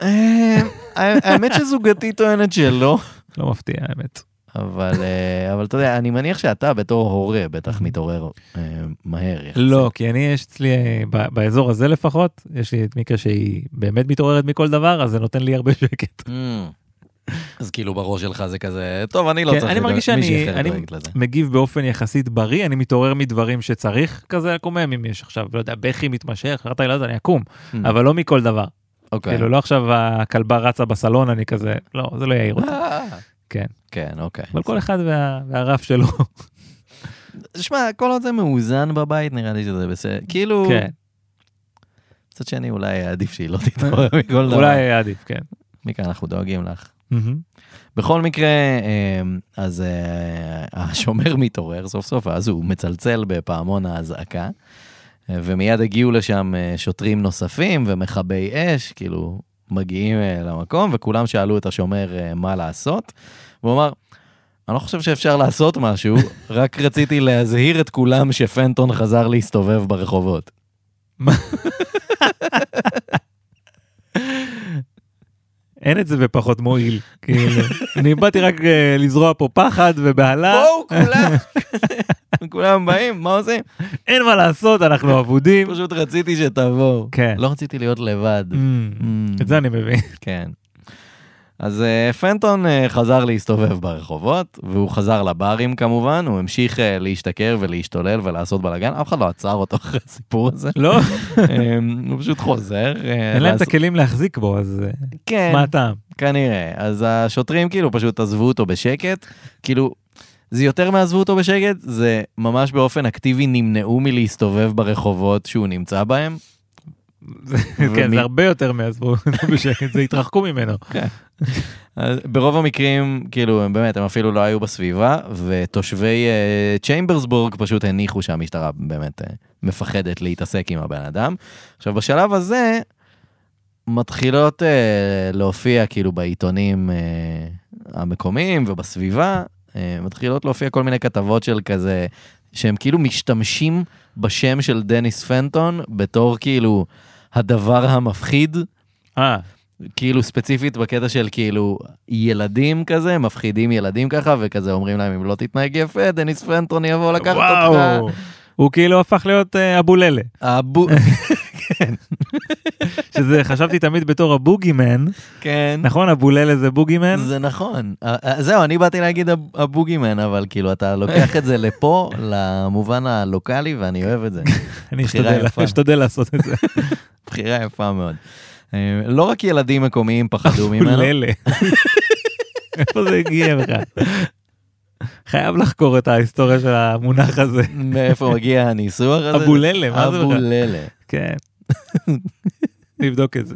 [SPEAKER 2] אה, האמת שזוגתי טוענת שלא.
[SPEAKER 1] לא מפתיע האמת.
[SPEAKER 2] כן. אבל, אה, אבל אתה יודע, אני מניח שאתה בתור הורה בטח מתעורר אה, מהר. יחסית.
[SPEAKER 1] לא, כי אני יש אצלי, אה, ב- באזור הזה לפחות, יש לי את מיקה שהיא באמת מתעוררת מכל דבר, אז זה נותן לי הרבה שקט.
[SPEAKER 2] Mm. אז כאילו בראש שלך זה כזה, טוב, אני לא
[SPEAKER 1] כן,
[SPEAKER 2] צריך
[SPEAKER 1] אני מרגיש
[SPEAKER 2] לדאוג- מישהי
[SPEAKER 1] שאני
[SPEAKER 2] אחרת
[SPEAKER 1] אני Mm.
[SPEAKER 2] דואגת לזה.
[SPEAKER 1] מגיב באופן יחסית בריא, אני מתעורר מדברים שצריך כזה לקומם, אם יש עכשיו, לא יודע, בכי מתמשך, אחרת הילד אני אקום,
[SPEAKER 2] Mm.
[SPEAKER 1] אבל לא מכל דבר.
[SPEAKER 2] אוקיי.
[SPEAKER 1] כאילו, לא עכשיו הכלבה רצה בסלון, אני כזה, לא, זה לא יעיר אותי.
[SPEAKER 2] אה,
[SPEAKER 1] כן.
[SPEAKER 2] כן, אוקיי.
[SPEAKER 1] אבל כל אחד וה- והרף שלו.
[SPEAKER 2] שמע, כל עוד זה מאוזן בבית, נראה לי שזה בסדר. כאילו,
[SPEAKER 1] כן,
[SPEAKER 2] מצד שני, אולי עדיף שהיא לא תתעורר מכל דבר.
[SPEAKER 1] אולי היה עדיף, כן.
[SPEAKER 2] מכאן אנחנו דואגים לך.
[SPEAKER 1] מהמם.
[SPEAKER 2] בכל מקרה, אה, אז אה, השומר מתעורר סוף סוף, אז הוא מצלצל בפעמון האזעקה, אה, ומיד הגיעו לשם אה, שוטרים נוספים ומכבי אש, כאילו, מגיעים אה, למקום, וכולם שאלו את השומר אה, מה לעשות, והוא אמר, אני לא חושב שאפשר לעשות משהו, רק רציתי להזהיר את כולם שפנטון חזר להסתובב ברחובות.
[SPEAKER 1] אין את זה בפחות מועיל, כאילו. אני באתי רק אה, לזרוע פה פחד ובהלה,
[SPEAKER 2] בואו, כולם! כולם באים, מה עושים?
[SPEAKER 1] אין מה לעשות, אנחנו אבודים.
[SPEAKER 2] פשוט רציתי שתבואו.
[SPEAKER 1] כן.
[SPEAKER 2] לא רציתי להיות לבד.
[SPEAKER 1] אמ, את זה אני מבין.
[SPEAKER 2] Mm. כן. אז אה, פנטון אה, חזר להסתובב ברחובות, והוא חזר לברים כמובן, הוא המשיך אה, להשתכר ולהשתולל ולעשות בלאגן, אף אחד לא עצר אותו אחרי הסיפור הזה.
[SPEAKER 1] לא,
[SPEAKER 2] אה, הוא פשוט חוזר. אה,
[SPEAKER 1] כן. אין להם את
[SPEAKER 2] לעשות-
[SPEAKER 1] הכלים להחזיק בו, אז אה,
[SPEAKER 2] כן,
[SPEAKER 1] מה הטעם?
[SPEAKER 2] כנראה. אז השוטרים כאילו פשוט עזבו אותו בשקט, כאילו... זה יותר מעזבו אותו בשקט, זה ממש באופן אקטיבי נמנעו מלהסתובב ברחובות שהוא נמצא בהם.
[SPEAKER 1] כן,
[SPEAKER 2] ומי-
[SPEAKER 1] זה הרבה יותר מעזבו, בשקט, זה התרחקו ממנו.
[SPEAKER 2] אז ברוב המקרים, כאילו, הם באמת, הם אפילו לא היו בסביבה, ותושבי אה, צ'יימברסבורג פשוט הניחו שהמשטרה באמת אה, מפחדת להתעסק עם הבן אדם. עכשיו, בשלב הזה, מתחילות אה, להופיע, כאילו, בעיתונים אה, המקומיים ובסביבה, אה, מתחילות להופיע כל מיני כתבות של כזה, שהם כאילו משתמשים בשם של דניס פנטון בתור, כאילו, הדבר המפחיד.
[SPEAKER 1] אה,
[SPEAKER 2] כאילו ספציפית בקטע של כאילו ילדים כזה, מפחידים ילדים ככה, וכזה אומרים להם אם לא תתנהג יפה, דניס פרנטון יבוא לקחת
[SPEAKER 1] וואו.
[SPEAKER 2] אותך.
[SPEAKER 1] הוא כאילו הפך להיות אה, אבוללה,
[SPEAKER 2] הבו...
[SPEAKER 1] שזה חשבתי תמיד בתור הבוגימן,
[SPEAKER 2] כן,
[SPEAKER 1] נכון? אבוללה זה בוגימן?
[SPEAKER 2] זה נכון. אה, אה, זהו, אני באתי להגיד הב- הבוגימן, אבל כאילו אתה לוקח את זה לפה, למובן הלוקאלי, ואני אוהב את זה.
[SPEAKER 1] אני
[SPEAKER 2] בחירה
[SPEAKER 1] אשתדל-
[SPEAKER 2] יפה.
[SPEAKER 1] אשתדל לעשות את זה.
[SPEAKER 2] בחירה יפה מאוד. אה, לא רק ילדים מקומיים פחדו ממנו.
[SPEAKER 1] פוללה. איפה זה הגיע בכלל? חייב לחקור את ההיסטוריה של המונח הזה.
[SPEAKER 2] מאיפה מגיע הניסוח הזה?
[SPEAKER 1] אבוללה, מה זה בכלל?
[SPEAKER 2] אבוללה.
[SPEAKER 1] כן. נבדוק את זה.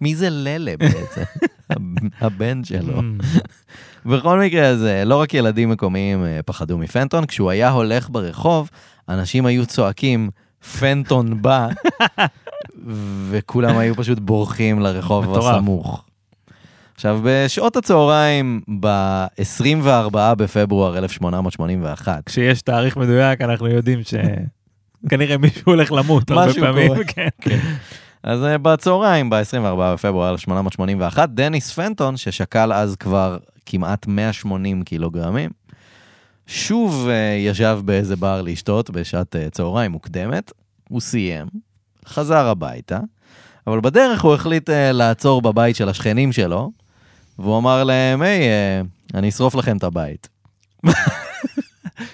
[SPEAKER 2] מי זה ללה בעצם? הב- הבן שלו.
[SPEAKER 1] Mm.
[SPEAKER 2] בכל מקרה, אז אה, לא רק ילדים מקומיים אה, פחדו מפנטון, כשהוא היה הולך ברחוב, אנשים היו צועקים, פנטון בא, וכולם היו פשוט בורחים לרחוב
[SPEAKER 1] מטורף.
[SPEAKER 2] הסמוך. עכשיו, בשעות הצהריים, ב-24 בפברואר 1881,
[SPEAKER 1] כשיש תאריך מדויק אנחנו יודעים שכנראה מישהו הולך למות הרבה
[SPEAKER 2] משהו
[SPEAKER 1] פעמים.
[SPEAKER 2] קורה.
[SPEAKER 1] כן.
[SPEAKER 2] אז אה, בצהריים, ב-24 בפברואר 1881, דניס פנטון, ששקל אז כבר כמעט 180 קילוגרמים, שוב אה, ישב באיזה בר לשתות בשעת אה, צהריים מוקדמת, הוא סיים, חזר הביתה, אבל בדרך הוא החליט אה, לעצור בבית של השכנים שלו, והוא אמר להם, היי, אה, אני אשרוף לכם את הבית.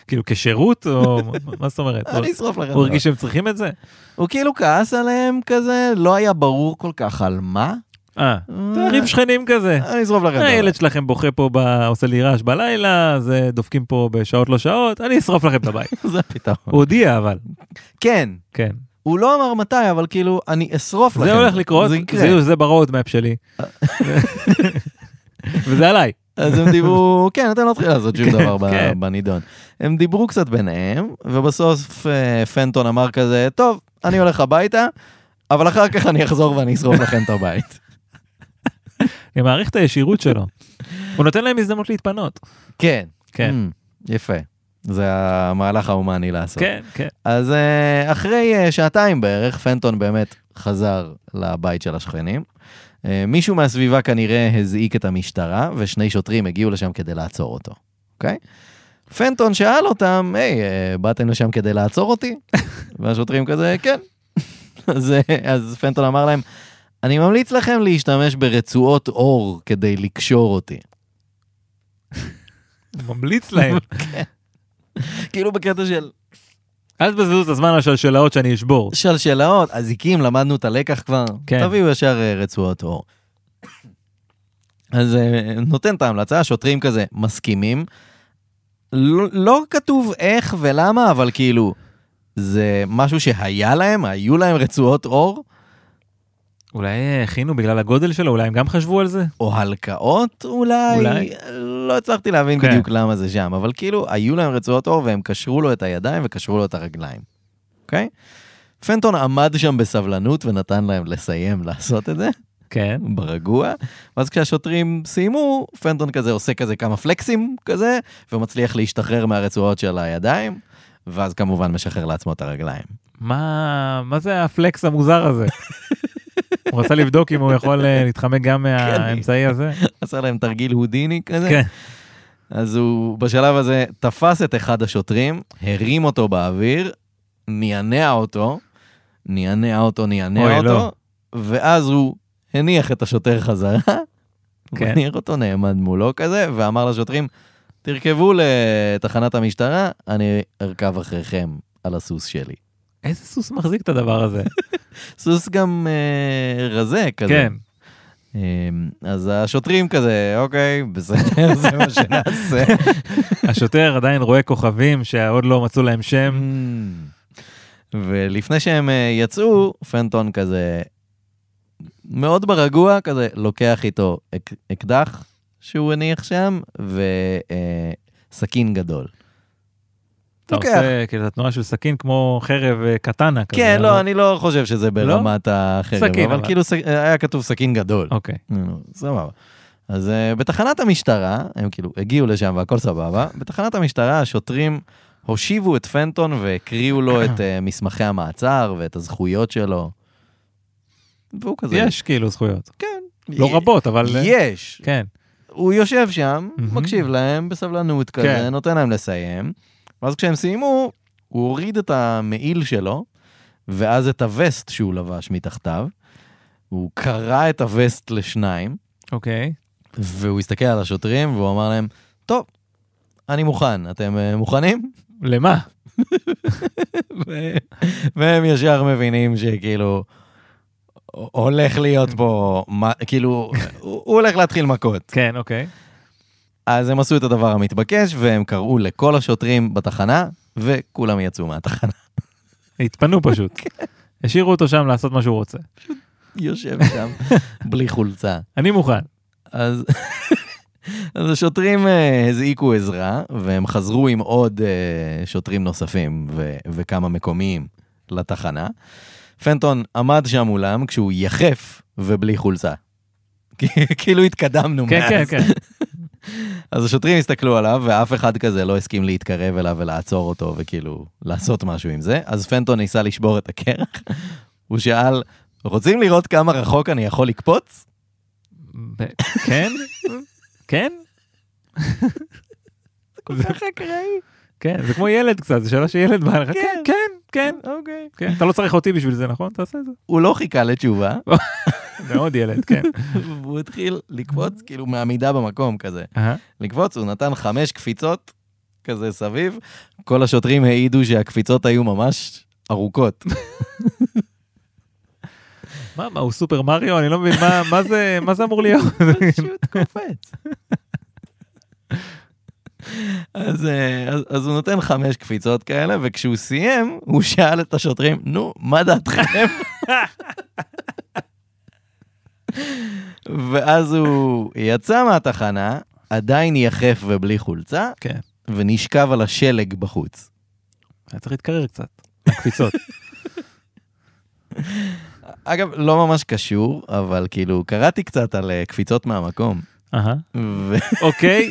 [SPEAKER 1] כאילו כשירות או מה זאת אומרת? הוא-
[SPEAKER 2] אה, אני אשרוף לכם את
[SPEAKER 1] הוא
[SPEAKER 2] הבית.
[SPEAKER 1] הרגיש שהם צריכים את זה?
[SPEAKER 2] הוא כאילו כעס עליהם כזה, לא היה ברור כל כך על מה. אה,
[SPEAKER 1] אה, תעריף שכנים כזה.
[SPEAKER 2] אני אשרוף לכם את הבית.
[SPEAKER 1] הילד שלכם בוכה פה, ב- עושה לי רעש בלילה, אז אה, דופקים פה בשעות לא שעות, אני אשרוף לכם את הבית.
[SPEAKER 2] זה הפתרון.
[SPEAKER 1] הוא הודיע אבל,
[SPEAKER 2] כן,
[SPEAKER 1] כן.
[SPEAKER 2] הוא לא אמר מתי, אבל כאילו, אני אשרוף לכם.
[SPEAKER 1] זה הולך לקרות,
[SPEAKER 2] זה
[SPEAKER 1] זה-
[SPEAKER 2] יקרה.
[SPEAKER 1] זה ברודמפ שלי. וזה עליי.
[SPEAKER 2] אז הם דיברו, כן, אתם לא צריכים לעשות שום
[SPEAKER 1] כן,
[SPEAKER 2] דבר ב-
[SPEAKER 1] כן.
[SPEAKER 2] בנידון. הם דיברו קצת ביניהם, ובסוף אה, פנטון אמר כזה, טוב, אני הולך הביתה, אבל אחר כך אני אחזור ואני אשרוף לכם את הבית.
[SPEAKER 1] אני מעריך את הישירות שלו. הוא נותן להם הזדמנות להתפנות.
[SPEAKER 2] כן.
[SPEAKER 1] כן,
[SPEAKER 2] Mm, יפה. זה המהלך ההומני לעשות.
[SPEAKER 1] כן, כן.
[SPEAKER 2] אז אה, אחרי אה, שעתיים בערך, פנטון באמת חזר לבית של השכנים. אה, מישהו מהסביבה כנראה הזעיק את המשטרה, ושני שוטרים הגיעו לשם כדי לעצור אותו, אוקיי? פנטון שאל אותם, היי, אה, באתם לשם כדי לעצור אותי? והשוטרים כזה, כן. אז, אה, אז פנטון אמר להם, אני ממליץ לכם להשתמש ברצועות אור כדי לקשור אותי.
[SPEAKER 1] ממליץ להם.
[SPEAKER 2] כאילו בקטע של
[SPEAKER 1] אל תבזבזו את הזמן על שלשלאות שאני אשבור.
[SPEAKER 2] שלשלאות, אזיקים, למדנו את הלקח כבר,
[SPEAKER 1] כן.
[SPEAKER 2] תביאו ישר אה, רצועות אור. אז אה, נותן את ההמלצה, השוטרים כזה מסכימים. לא, לא כתוב איך ולמה, אבל כאילו, זה משהו שהיה להם, היו להם רצועות אור,
[SPEAKER 1] אולי אה, הכינו בגלל הגודל שלו, אולי הם גם חשבו על זה?
[SPEAKER 2] או הלקאות אולי,
[SPEAKER 1] אולי.
[SPEAKER 2] לא הצלחתי להבין
[SPEAKER 1] כן.
[SPEAKER 2] בדיוק למה זה שם, אבל כאילו, היו להם רצועות אור והם קשרו לו את הידיים וקשרו לו את הרגליים, אוקיי? פנטון עמד שם בסבלנות ונתן להם לסיים לעשות את זה.
[SPEAKER 1] כן.
[SPEAKER 2] ברגוע. ואז כשהשוטרים סיימו, פנטון כזה עושה כזה כמה פלקסים כזה, ומצליח להשתחרר מהרצועות של הידיים, ואז כמובן משחרר לעצמו את הרגליים.
[SPEAKER 1] מה, מה זה הפלקס המוזר הזה? הוא רצה לבדוק אם הוא יכול אה, להתחמק
[SPEAKER 2] כן.
[SPEAKER 1] גם מהאמצעי הזה.
[SPEAKER 2] עשה להם תרגיל הודיני כזה.
[SPEAKER 1] כן.
[SPEAKER 2] אז הוא בשלב הזה תפס את אחד השוטרים, הרים אותו באוויר, נענע אותו, נענע אותו, נענע
[SPEAKER 1] אוי,
[SPEAKER 2] אותו,
[SPEAKER 1] לא.
[SPEAKER 2] ואז הוא הניח את השוטר חזרה,
[SPEAKER 1] כן.
[SPEAKER 2] כן. הניח אותו נעמד מולו כזה, ואמר לשוטרים, תרכבו לתחנת המשטרה, אני ארכב אחריכם על הסוס שלי.
[SPEAKER 1] איזה סוס מחזיק את הדבר הזה?
[SPEAKER 2] סוס גם אה, רזה כזה.
[SPEAKER 1] כן.
[SPEAKER 2] אמ, אז השוטרים כזה, אוקיי, בסדר, זה מה שנעשה.
[SPEAKER 1] השוטר עדיין רואה כוכבים שעוד לא מצאו להם
[SPEAKER 2] Mm-hmm.
[SPEAKER 1] שם.
[SPEAKER 2] Hmm. ולפני שהם אה, יצאו, פנטון כזה מאוד ברגוע, כזה לוקח איתו אק- אקדח שהוא הניח שם, וסכין גדול.
[SPEAKER 1] אתה
[SPEAKER 2] לוקח.
[SPEAKER 1] עושה כאילו את התנועה של סכין כמו חרב אה, קטנה כזה.
[SPEAKER 2] כן,
[SPEAKER 1] אבל-
[SPEAKER 2] לא, אני לא חושב שזה ברמת החרב,
[SPEAKER 1] סכין,
[SPEAKER 2] אבל
[SPEAKER 1] אבל.
[SPEAKER 2] כאילו סכ- היה כתוב סכין גדול.
[SPEAKER 1] אוקיי.
[SPEAKER 2] נו, סבבה. אז אה, בתחנת המשטרה, הם כאילו הגיעו לשם והכל סבבה, בתחנת המשטרה השוטרים הושיבו את פנטון והקריאו לו את אה, מסמכי המעצר ואת הזכויות שלו. והוא כזה...
[SPEAKER 1] יש כאילו זכויות. לא
[SPEAKER 2] י-
[SPEAKER 1] רבות, אבל... אה,
[SPEAKER 2] יש.
[SPEAKER 1] כן.
[SPEAKER 2] הוא יושב שם,
[SPEAKER 1] מהמם.
[SPEAKER 2] מקשיב להם בסבלנות כזה,
[SPEAKER 1] כן.
[SPEAKER 2] נותן להם לסיים, ואז כשהם סיימו, הוא הוריד את המעיל שלו, ואז את הווסט שהוא לבש מתחתיו. הוא קרע את הווסט לשניים,
[SPEAKER 1] אוקיי.
[SPEAKER 2] והוא הסתכל על השוטרים והוא אמר להם, טוב, אני מוכן, אתם אה, מוכנים?
[SPEAKER 1] למה?
[SPEAKER 2] ו- והם ישר מבינים שכאילו, הולך להיות פה, מה- כאילו, הוא הוא הולך להתחיל מכות.
[SPEAKER 1] כן, אוקיי.
[SPEAKER 2] אז הם עשו את הדבר המתבקש, והם קראו לכל השוטרים בתחנה, וכולם יצאו מהתחנה.
[SPEAKER 1] התפנו פשוט.
[SPEAKER 2] כן.
[SPEAKER 1] השאירו אותו שם לעשות מה שהוא רוצה.
[SPEAKER 2] יושב שם, בלי חולצה.
[SPEAKER 1] אני מוכן.
[SPEAKER 2] אז, אז השוטרים אה, הזעיקו עזרה, והם חזרו עם עוד אה, שוטרים נוספים ו, וכמה מקומיים לתחנה. פנטון עמד שם מולם כשהוא יחף ובלי חולצה. כאילו התקדמנו
[SPEAKER 1] כן,
[SPEAKER 2] מאז.
[SPEAKER 1] כן, כן.
[SPEAKER 2] אז השוטרים הסתכלו עליו, ואף אחד כזה לא הסכים להתקרב אליו ולעצור אותו, וכאילו לעשות משהו עם זה. אז פנטון ניסה לשבור את הקרח. הוא שאל, רוצים לראות כמה רחוק אני יכול לקפוץ?
[SPEAKER 1] ב- כן? כן?
[SPEAKER 2] כל כך אקראי.
[SPEAKER 1] כן, זה כמו ילד קצת, זו שאלה שילד בא לך, כן, כן, כן,
[SPEAKER 2] אוקיי.
[SPEAKER 1] כן. אתה לא צריך אותי בשביל זה, נכון? תעשה את זה.
[SPEAKER 2] הוא לא חיכה לתשובה,
[SPEAKER 1] מאוד ילד, כן.
[SPEAKER 2] והוא התחיל לקפוץ, כאילו מעמידה במקום כזה.
[SPEAKER 1] אהה.
[SPEAKER 2] לקפוץ, הוא נתן חמש קפיצות כזה סביב. כל השוטרים העידו שהקפיצות היו ממש ארוכות.
[SPEAKER 1] מה, מה, הוא סופר מריו? אני לא מבין, מה- מה זה- מה זה אמור להיות?
[SPEAKER 2] פשוט קופץ. אז, אה, אז, אז הוא נותן חמש קפיצות כאלה, וכשהוא סיים, הוא שאל את השוטרים, נו, מה דעתכם? ואז הוא יצא מהתחנה, עדיין יחף ובלי חולצה,
[SPEAKER 1] כן.
[SPEAKER 2] ונשכב על השלג בחוץ.
[SPEAKER 1] היה צריך להתקרר קצת. הקפיצות.
[SPEAKER 2] אגב, לא ממש קשור, אבל כאילו, קראתי קצת על אה, קפיצות מהמקום.
[SPEAKER 1] אהה.
[SPEAKER 2] ו...
[SPEAKER 1] אוקיי,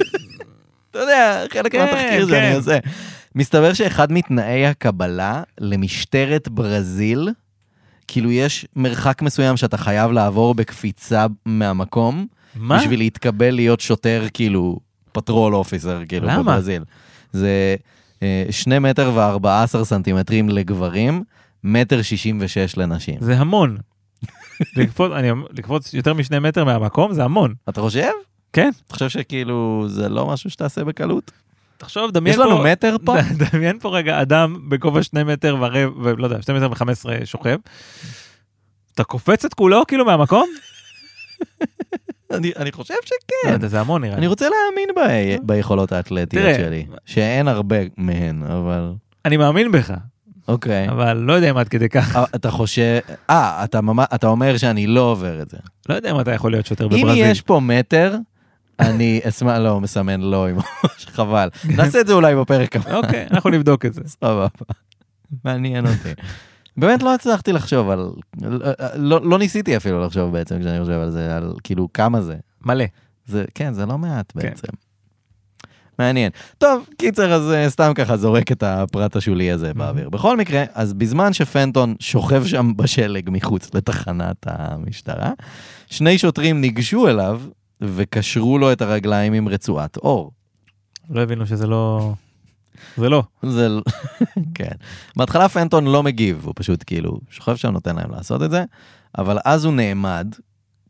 [SPEAKER 2] אתה יודע, חלק
[SPEAKER 1] כן,
[SPEAKER 2] מהתחקיר
[SPEAKER 1] כן.
[SPEAKER 2] שאני עושה. מסתבר שאחד מתנאי הקבלה למשטרת ברזיל, כאילו יש מרחק מסוים שאתה חייב לעבור בקפיצה מהמקום,
[SPEAKER 1] מה?
[SPEAKER 2] בשביל להתקבל להיות שוטר, כאילו, פטרול אופיסר, כאילו,
[SPEAKER 1] למה?
[SPEAKER 2] בברזיל. זה אה, שני מטר וארבע עשר סנטימטרים לגברים, מטר שישים ושש לנשים.
[SPEAKER 1] זה המון. לקפוץ, אני, אומר, לקפוץ יותר משני מטר מהמקום זה המון.
[SPEAKER 2] אתה חושב?
[SPEAKER 1] כן.
[SPEAKER 2] אתה חושב שכאילו זה לא משהו שתעשה בקלות?
[SPEAKER 1] תחשוב, דמיין
[SPEAKER 2] יש
[SPEAKER 1] פה...
[SPEAKER 2] לנו מטר פה?
[SPEAKER 1] דמיין פה רגע אדם בגובה שני מטר ורבע, ולא יודע, שני מטר וחמש עשרה שוכב. אתה קופץ את כולו כאילו מהמקום?
[SPEAKER 2] אני אני חושב ש...
[SPEAKER 1] לא יודע, זה המון נראה לי.
[SPEAKER 2] כן. אני רוצה להאמין ב- ביכולות האתלטיות
[SPEAKER 1] תראה.
[SPEAKER 2] שלי, שאין הרבה מהן, אבל...
[SPEAKER 1] אני מאמין בך,
[SPEAKER 2] אוקיי.
[SPEAKER 1] אבל לא יודע אם עד כדי כך.
[SPEAKER 2] אה, אתה חושב... אה, אתה ממש- אתה אומר שאני לא עובר את זה.
[SPEAKER 1] לא יודע אם אתה יכול להיות שוטר
[SPEAKER 2] אם
[SPEAKER 1] בברזיל.
[SPEAKER 2] יש פה מטר, אני אשמח... לא, מסמן לא, עם הראש, חבל. נעשה את זה אולי בפרק הבא.
[SPEAKER 1] אוקיי, אנחנו נבדוק את זה.
[SPEAKER 2] סבבה. מעניין אותי. באמת לא הצלחתי לחשוב על... לא לא ניסיתי אפילו לחשוב בעצם כשאני חושב על זה, על כאילו כמה זה.
[SPEAKER 1] מלא.
[SPEAKER 2] זה, כן, זה לא מעט בעצם. מעניין. טוב, קיצר, אז אה, סתם ככה זורק את הפרט השולי הזה באוויר. בכל מקרה, אז בזמן שפנטון שוכב שם בשלג מחוץ לתחנת המשטרה, שני שוטרים ניגשו אליו וקשרו לו את הרגליים עם רצועת אור.
[SPEAKER 1] לא הבינו שזה לא... זה לא.
[SPEAKER 2] זה... לא- כן. בהתחלה פנטון לא מגיב, הוא פשוט כאילו שוכב שם, נותן להם לעשות את זה, אבל אז הוא נעמד,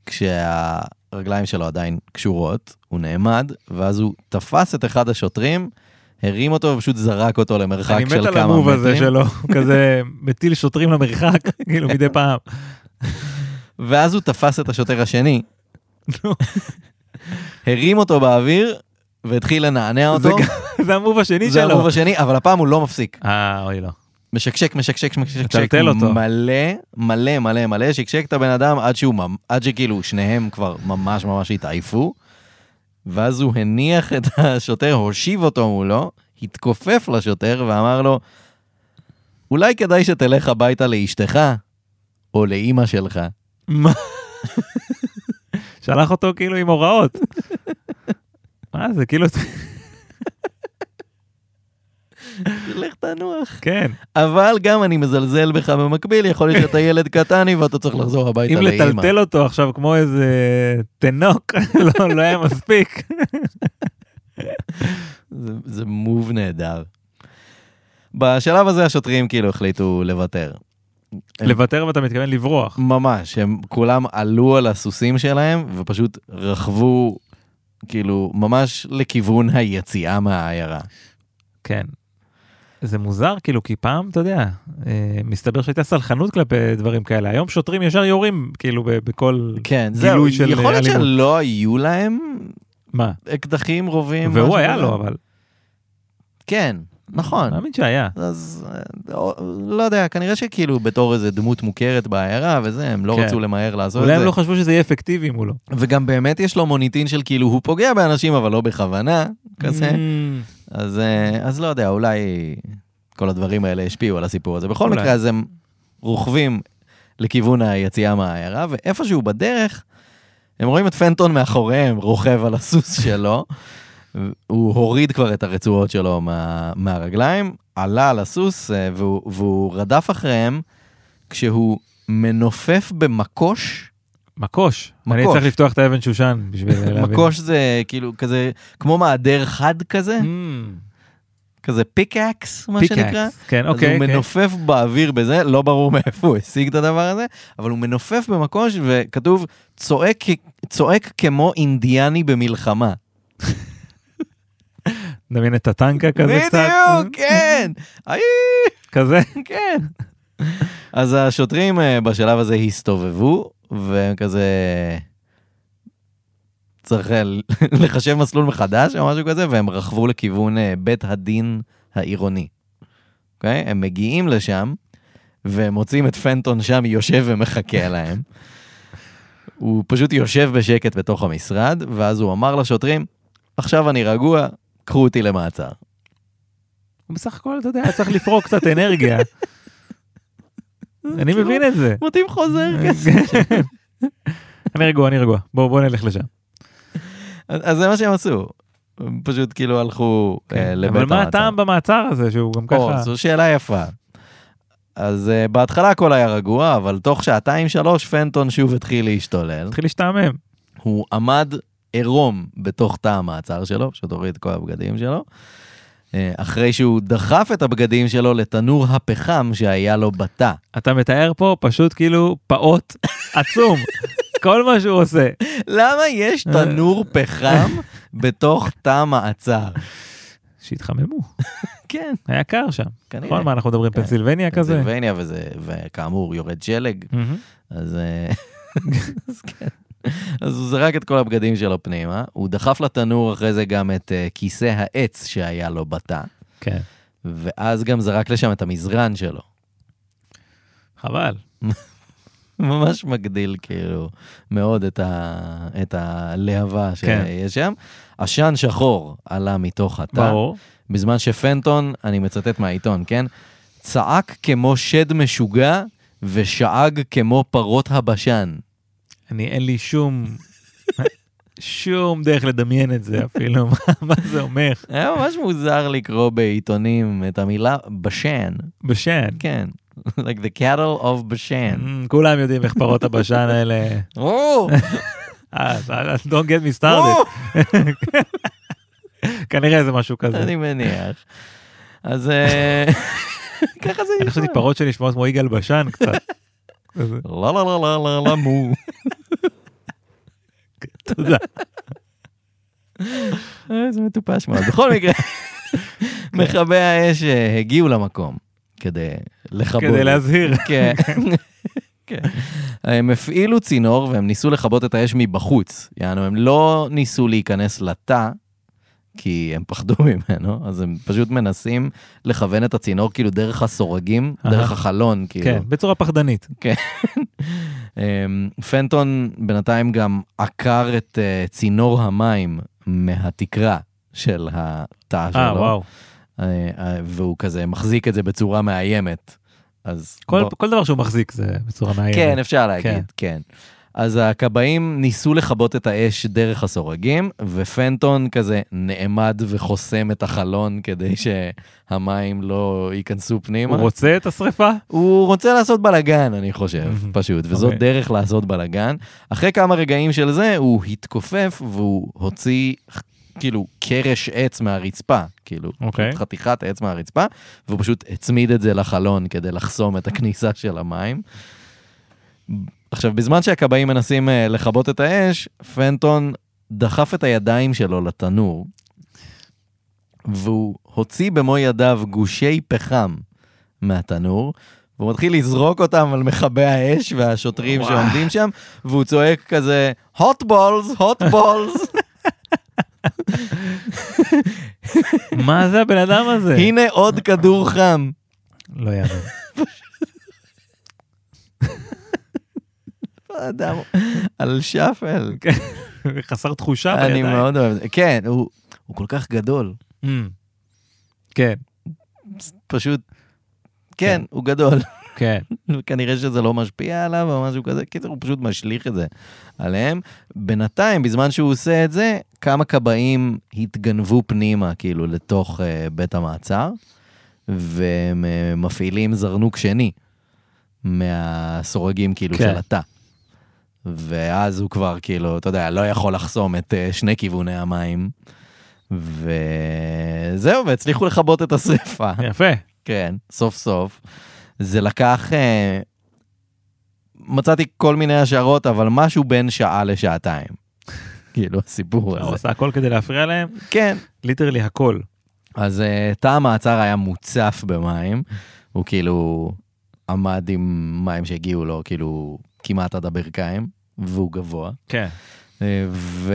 [SPEAKER 2] כשהרגליים שלו עדיין קשורות, הוא נעמד, ואז הוא תפס את אחד השוטרים, הרים אותו ופשוט זרק אותו למרחק
[SPEAKER 1] אני
[SPEAKER 2] של כמה מטרים.
[SPEAKER 1] מת על המוב הזה שלו, הוא כזה מטיל שוטרים למרחק, כאילו מדי פעם.
[SPEAKER 2] ואז הוא תפס את השוטר השני,
[SPEAKER 1] נו.
[SPEAKER 2] הרים אותו באוויר, והתחיל לנענע
[SPEAKER 1] זה
[SPEAKER 2] אותו.
[SPEAKER 1] גם- זה המוב השני
[SPEAKER 2] אה, זה המוב
[SPEAKER 1] שלו.
[SPEAKER 2] השני, אבל הפעם הוא לא מפסיק.
[SPEAKER 1] אה, אוי לא.
[SPEAKER 2] משקשק, משקשק, משקשק,
[SPEAKER 1] מטלטל אותו.
[SPEAKER 2] מלא, מלא, מלא, מלא, שקשק את הבן אדם עד שהוא, ממ- עד שכאילו שניהם כבר ממש ממש התעייפו, ואז הוא הניח את השוטר, הושיב אותו מולו, התכופף לשוטר ואמר לו, אולי כדאי שתלך הביתה לאשתך, או לאימא שלך.
[SPEAKER 1] מה? שלח אותו כאילו עם הוראות. מה זה כאילו
[SPEAKER 2] לך תנוח.
[SPEAKER 1] כן
[SPEAKER 2] אבל גם אני מזלזל בך במקביל, יכול להיות שאתה ילד קטני ואתה צריך לחזור הביתה
[SPEAKER 1] אם
[SPEAKER 2] לאימא.
[SPEAKER 1] לטלטל אותו עכשיו כמו איזה תינוק לא לא היה מספיק
[SPEAKER 2] זה, זה מוב נהדר. בשלב הזה השוטרים כאילו החליטו לוותר.
[SPEAKER 1] לוותר ואתה מתכוון לברוח
[SPEAKER 2] ממש, הם כולם עלו על הסוסים שלהם ופשוט רכבו כאילו ממש לכיוון היציאה מהעיירה.
[SPEAKER 1] כן. זה מוזר כאילו כי פעם אתה יודע אה, מסתבר שהייתה סלחנות כלפי דברים כאלה היום שוטרים ישר יורים כאילו ב- בכל
[SPEAKER 2] כן, זהו,
[SPEAKER 1] גילוי של
[SPEAKER 2] יכול להיות
[SPEAKER 1] אלימות.
[SPEAKER 2] שלא היו להם
[SPEAKER 1] מה
[SPEAKER 2] אקדחים רובים. משהו
[SPEAKER 1] והוא היה
[SPEAKER 2] כזה.
[SPEAKER 1] לו אבל
[SPEAKER 2] כן, נכון.
[SPEAKER 1] מאמין שהיה
[SPEAKER 2] אז אה, או- לא יודע, כנראה שכאילו בתור איזה דמות מוכרת בעיירה וזה, הם לא
[SPEAKER 1] כן.
[SPEAKER 2] רצו למהר לעשות את
[SPEAKER 1] אולי
[SPEAKER 2] זה.
[SPEAKER 1] הם לא חשבו שזה יהיה אפקטיבי לא. מולו.
[SPEAKER 2] וגם באמת יש לו מוניטין של כאילו הוא פוגע באנשים אבל לא בכוונה, כזה.
[SPEAKER 1] Mm.
[SPEAKER 2] אז, אה, אז לא יודע, אולי כל הדברים האלה השפיעו על הסיפור הזה. בכל
[SPEAKER 1] אולי.
[SPEAKER 2] מקרה, אז הם רוכבים לכיוון היציאה מהעיירה, ואיפשהו בדרך, הם רואים את פנטון מאחוריהם רוכב על הסוס שלו. הוא הוריד כבר את הרצועות שלו מה, מהרגליים, עלה על הסוס אה, והוא, והוא רדף אחריהם כשהוא מנופף במקוש.
[SPEAKER 1] מקוש.
[SPEAKER 2] מקוש.
[SPEAKER 1] אני צריך לפתוח את האבן שושן בשביל להבין.
[SPEAKER 2] מקוש זה כאילו כזה, כמו מעדר חד כזה,
[SPEAKER 1] Mm.
[SPEAKER 2] כזה פיקאקס, מה שנקרא.
[SPEAKER 1] פיקאקס. כן,
[SPEAKER 2] אז
[SPEAKER 1] אוקיי.
[SPEAKER 2] הוא
[SPEAKER 1] אוקיי.
[SPEAKER 2] מנופף באוויר בזה, לא ברור מאיפה הוא השיג את הדבר הזה, אבל הוא מנופף במקוש וכתוב, צועק, צועק כמו אינדיאני במלחמה.
[SPEAKER 1] נדמיין את הטנקה כזה קצת. אה?
[SPEAKER 2] בדיוק, כן, איי,
[SPEAKER 1] כזה.
[SPEAKER 2] כן. אז השוטרים אה, בשלב הזה הסתובבו, והם כזה... צריך אה, לחשב מסלול מחדש או משהו כזה, והם רכבו לכיוון אה, בית הדין העירוני. אוקיי? הם מגיעים לשם, והם מוצאים את פנטון שם יושב ומחכה להם. הוא פשוט יושב בשקט בתוך המשרד, ואז הוא אמר לשוטרים, עכשיו אני רגוע, קחו אותי למעצר.
[SPEAKER 1] הוא בסך הכל, אתה יודע, צריך לפרוק קצת אנרגיה. אני מבין אה, את זה.
[SPEAKER 2] מוטיב חוזר כן. כזה.
[SPEAKER 1] אני רגוע, אני רגוע. בואו בואו נלך לשם.
[SPEAKER 2] אז אז זה מה שהם עשו. הם פשוט כאילו הלכו אה, לבית
[SPEAKER 1] כן. אבל מה הטעם במעצר הזה שהוא גם
[SPEAKER 2] או,
[SPEAKER 1] ככה...
[SPEAKER 2] זו שאלה יפה. אז אה, בהתחלה הכל היה רגוע, אבל תוך שעתיים שלוש פנטון שוב התחיל להשתולל.
[SPEAKER 1] התחיל להשתעמם.
[SPEAKER 2] הוא עמד עירום בתוך תא המעצר שלו, פשוט הוריד את כל הבגדים שלו. אה, אחרי שהוא דחף את הבגדים שלו לתנור הפחם שהיה לו בתא.
[SPEAKER 1] אתה מתאר פה פשוט כאילו פעוט עצום. כל מה שהוא עושה.
[SPEAKER 2] למה יש
[SPEAKER 1] אה.
[SPEAKER 2] תנור פחם בתוך תא מעצר?
[SPEAKER 1] שהתחממו.
[SPEAKER 2] כן,
[SPEAKER 1] היה קר שם.
[SPEAKER 2] כנראה.
[SPEAKER 1] נכון? מה אנחנו מדברים?
[SPEAKER 2] כן.
[SPEAKER 1] פנסילבניה כזה?
[SPEAKER 2] פנסילבניה וזה, וכאמור יורד שלג,
[SPEAKER 1] מהמם.
[SPEAKER 2] אז אה, אז כן. אז הוא זרק את כל הבגדים שלו פנימה, הוא דחף לתנור אחרי זה גם את אה, כיסא העץ שהיה לו בתא,
[SPEAKER 1] כן.
[SPEAKER 2] ואז גם זרק לשם את המזרן שלו.
[SPEAKER 1] חבל.
[SPEAKER 2] ממש מגדיל כאילו מאוד את, ה... את הלהבה
[SPEAKER 1] כן.
[SPEAKER 2] שיש שם. עשן שחור עלה מתוך התא.
[SPEAKER 1] ברור.
[SPEAKER 2] בזמן שפנטון, אני מצטט מהעיתון, כן? צעק כמו שד משוגע ושאג כמו פרות הבשן.
[SPEAKER 1] אני אין לי שום שום דרך לדמיין את זה אפילו מה- מה זה אומר
[SPEAKER 2] היה ממש מוזר לקרוא בעיתונים את המילה בשן,
[SPEAKER 1] בשן
[SPEAKER 2] כן. like the cattle of בשן.
[SPEAKER 1] Mm, כולם יודעים איך פרות הבשן האלה
[SPEAKER 2] Mm-hmm. או!
[SPEAKER 1] אה, אז- אז don't get me
[SPEAKER 2] או!
[SPEAKER 1] started כנראה זה משהו כזה
[SPEAKER 2] אני מניח. אז אה, ככה זה
[SPEAKER 1] אני חשבתי פרות שנשמעות כמו יגאל בשן קצת. כזה,
[SPEAKER 2] לא לא לא לא לא לא מו.
[SPEAKER 1] תודה.
[SPEAKER 2] אה, זה מטופש מאוד. בכל מקרה, כן. מכבי האש אה, הגיעו למקום כדי לכבות.
[SPEAKER 1] כדי להזהיר.
[SPEAKER 2] כן. כן. הם הפעילו צינור והם ניסו לכבות את האש מבחוץ. יענו, הם לא ניסו להיכנס לתא, כי הם פחדו ממנו, אז הם פשוט מנסים לכוון את הצינור כאילו דרך הסורגים,
[SPEAKER 1] אהה.
[SPEAKER 2] דרך החלון, כאילו.
[SPEAKER 1] כן בצורה פחדנית.
[SPEAKER 2] אמ, פנטון בינתיים גם עקר את אה, צינור המים מהתקרה של התא שלו.
[SPEAKER 1] אה וואו
[SPEAKER 2] אה, אה, והוא כזה מחזיק את זה בצורה מאיימת. אז...
[SPEAKER 1] כל
[SPEAKER 2] בוא-
[SPEAKER 1] כל דבר שהוא מחזיק זה בצורה מאיימת.
[SPEAKER 2] כן, אפשר להגיד,
[SPEAKER 1] כן.
[SPEAKER 2] כן. אז הכבאים ניסו לכבות את האש דרך הסורגים, ופנטון כזה נעמד וחוסם את החלון כדי שהמים לא ייכנסו פנימה.
[SPEAKER 1] הוא רוצה את השריפה?
[SPEAKER 2] הוא רוצה לעשות בלאגן, אני חושב,
[SPEAKER 1] Mhm.
[SPEAKER 2] פשוט, וזאת
[SPEAKER 1] אוקיי.
[SPEAKER 2] דרך לעשות בלאגן. אחרי כמה רגעים של זה, הוא התכופף והוא הוציא כאילו קרש עץ מהרצפה, כאילו,
[SPEAKER 1] אוקיי.
[SPEAKER 2] פשוט חתיכת עץ מהרצפה, והוא פשוט הצמיד את זה לחלון כדי לחסום את הכניסה של המים. עכשיו, בזמן שהכבאים מנסים אה, לכבות את האש, פנטון דחף את הידיים שלו לתנור, והוא הוציא במו ידיו גושי פחם מהתנור, והוא מתחיל לזרוק אותם על מכבי האש והשוטרים
[SPEAKER 1] וואו.
[SPEAKER 2] שעומדים שם, והוא צועק כזה, hot balls, hot balls,
[SPEAKER 1] מה זה הבן אדם הזה?
[SPEAKER 2] הנה עוד כדור חם.
[SPEAKER 1] לא יאמן.
[SPEAKER 2] אדם על שפל.
[SPEAKER 1] חסר תחושה
[SPEAKER 2] אני
[SPEAKER 1] בידיים.
[SPEAKER 2] מאוד אוהב את זה. כן, הוא הוא כל כך גדול.
[SPEAKER 1] Mm. כן,
[SPEAKER 2] פשוט,
[SPEAKER 1] כן.
[SPEAKER 2] כן, הוא גדול.
[SPEAKER 1] כן.
[SPEAKER 2] כנראה שזה לא משפיע עליו או משהו כזה, קיצר, הוא פשוט משליך את זה עליהם. בינתיים, בזמן שהוא עושה את זה, כמה כבאים התגנבו פנימה, כאילו, לתוך uh, בית המעצר, והם אה, מפעילים זרנוק שני מהסורגים, כאילו,
[SPEAKER 1] כן.
[SPEAKER 2] של התא. ואז הוא כבר, כאילו, אתה יודע, לא יכול לחסום את אה, שני כיווני המים. וזהו, והצליחו לכבות את השריפה.
[SPEAKER 1] יפה.
[SPEAKER 2] כן, סוף סוף. זה לקח... אה, מצאתי כל מיני השערות, אבל משהו בין שעה לשעתיים. כאילו, הסיפור
[SPEAKER 1] הוא
[SPEAKER 2] הזה.
[SPEAKER 1] עשה הכל כדי להפריע להם,
[SPEAKER 2] כן.
[SPEAKER 1] ליטרלי הכל.
[SPEAKER 2] אז אה, תא המעצר היה מוצף במים. הוא כאילו עמד עם מים שהגיעו לו, כאילו, כמעט עד הברכיים, והוא גבוה.
[SPEAKER 1] כן.
[SPEAKER 2] אה, ו...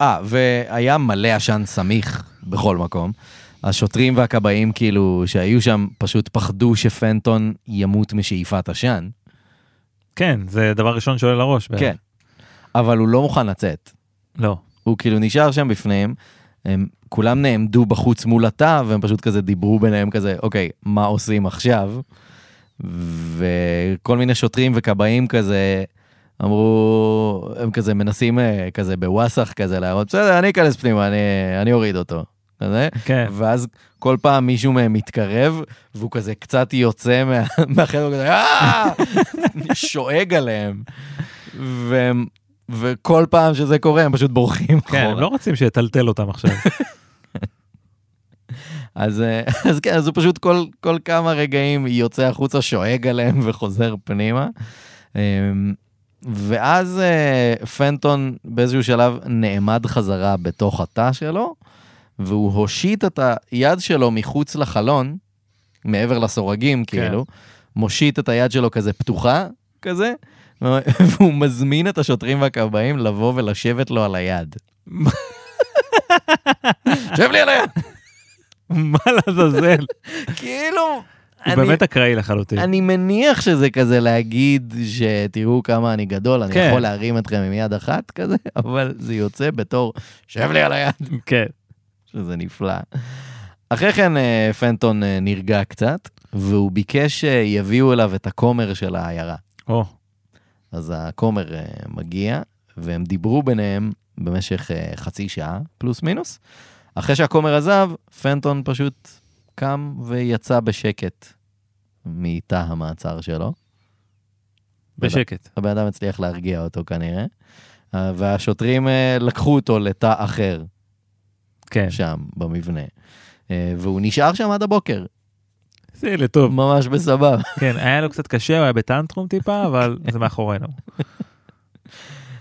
[SPEAKER 2] אה, והיה מלא עשן סמיך בכל מקום. השוטרים והכבאים, כאילו, שהיו שם, פשוט פחדו שפנטון ימות משאיפת עשן.
[SPEAKER 1] כן, זה דבר ראשון שעולה לראש. בערך.
[SPEAKER 2] כן. אבל הוא לא מוכן לצאת.
[SPEAKER 1] לא.
[SPEAKER 2] הוא כאילו נשאר שם בפנים, הם כולם נעמדו בחוץ מול התא, והם פשוט כזה דיברו ביניהם כזה, אוקיי, מה עושים עכשיו? וכל מיני שוטרים וכבאים כזה אמרו, הם כזה מנסים אה, כזה בוואסאח כזה להראות, בסדר, אני אכנס פנימה, אני, אני אוריד אותו. כזה.
[SPEAKER 1] כן.
[SPEAKER 2] ואז כל פעם מישהו מהם מתקרב, והוא כזה קצת יוצא מה- מהחדר, הוא כזה, "אה!" שואג עליהם. והם- וכל פעם שזה קורה, הם פשוט בורחים
[SPEAKER 1] כן, הם
[SPEAKER 2] אחורה.
[SPEAKER 1] לא רוצים שיטלטל אותם עכשיו.
[SPEAKER 2] אז אה, אז כן, אז הוא פשוט כל- כל כמה רגעים יוצא החוצה, שואג עליהם וחוזר פנימה. אמ, ואז אה, פנטון באיזשהו שלב נעמד חזרה בתוך התא שלו, והוא הושיט את היד שלו מחוץ לחלון, מעבר לסורגים
[SPEAKER 1] כן.
[SPEAKER 2] כאילו, מושיט את היד שלו כזה פתוחה, כזה, והוא מזמין את השוטרים והכבאים לבוא ולשבת לו על היד. שב לי על היד!
[SPEAKER 1] מה לעזאזל?
[SPEAKER 2] כאילו...
[SPEAKER 1] הוא
[SPEAKER 2] אני-
[SPEAKER 1] באמת אקראי לחלוטין.
[SPEAKER 2] אני מניח שזה כזה להגיד שתראו כמה אני גדול, אני
[SPEAKER 1] כן.
[SPEAKER 2] יכול להרים אתכם עם יד אחת כזה, אבל זה יוצא בתור שב לי על היד,
[SPEAKER 1] כן.
[SPEAKER 2] שזה נפלא. אחרי כן אה, פנטון אה, נרגע קצת, והוא ביקש שיביאו אליו את הכומר של העיירה.
[SPEAKER 1] או,
[SPEAKER 2] אז הכומר אה, מגיע, והם דיברו ביניהם במשך אה, חצי שעה, פלוס מינוס. אחרי שהכומר עזב, פנטון פשוט קם ויצא בשקט מתא המעצר שלו.
[SPEAKER 1] בשקט.
[SPEAKER 2] הבן אדם הצליח להרגיע אותו כנראה, אה, והשוטרים אה, לקחו אותו לתא אחר
[SPEAKER 1] כן.
[SPEAKER 2] שם במבנה, אה, והוא נשאר שם עד הבוקר,
[SPEAKER 1] זה ילד טוב.
[SPEAKER 2] ממש בסבבה.
[SPEAKER 1] כן, היה לו קצת קשה, הוא היה בטנטרום טיפה, אבל זה מאחורינו.
[SPEAKER 2] כן.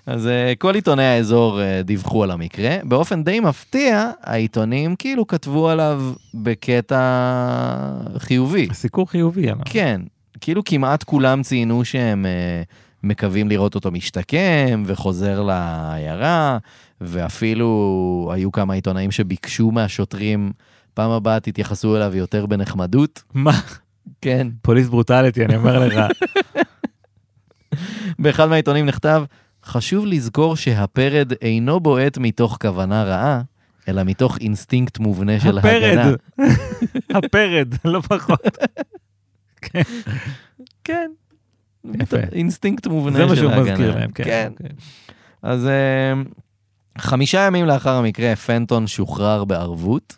[SPEAKER 2] אז אה, כל עיתוני האזור אה, דיווחו על המקרה. באופן די מפתיע, העיתונים כאילו כתבו עליו בקטע חיובי.
[SPEAKER 1] סיקור חיובי עליו.
[SPEAKER 2] כן, כאילו כמעט כולם ציינו שהם אה, מקווים לראות אותו משתקם וחוזר לעיירה, ואפילו היו כמה עיתונאים שביקשו מהשוטרים, פעם הבאה תתייחסו אליו יותר בנחמדות.
[SPEAKER 1] מה?
[SPEAKER 2] כן.
[SPEAKER 1] פוליס ברוטליטי, אני אומר לך.
[SPEAKER 2] באחד מהעיתונים נכתב, חשוב לזכור שהפרד אינו בועט מתוך כוונה רעה, אלא מתוך אינסטינקט מובנה של הגנה.
[SPEAKER 1] הפרד. הפרד, לא פחות. כן.
[SPEAKER 2] כן.
[SPEAKER 1] יפה.
[SPEAKER 2] אינסטינקט מובנה של
[SPEAKER 1] זה מה
[SPEAKER 2] הגנה.
[SPEAKER 1] שהוא מזכיר להם, כן.
[SPEAKER 2] כן. אז אה, חמישה ימים לאחר המקרה, פנטון שוחרר בערבות.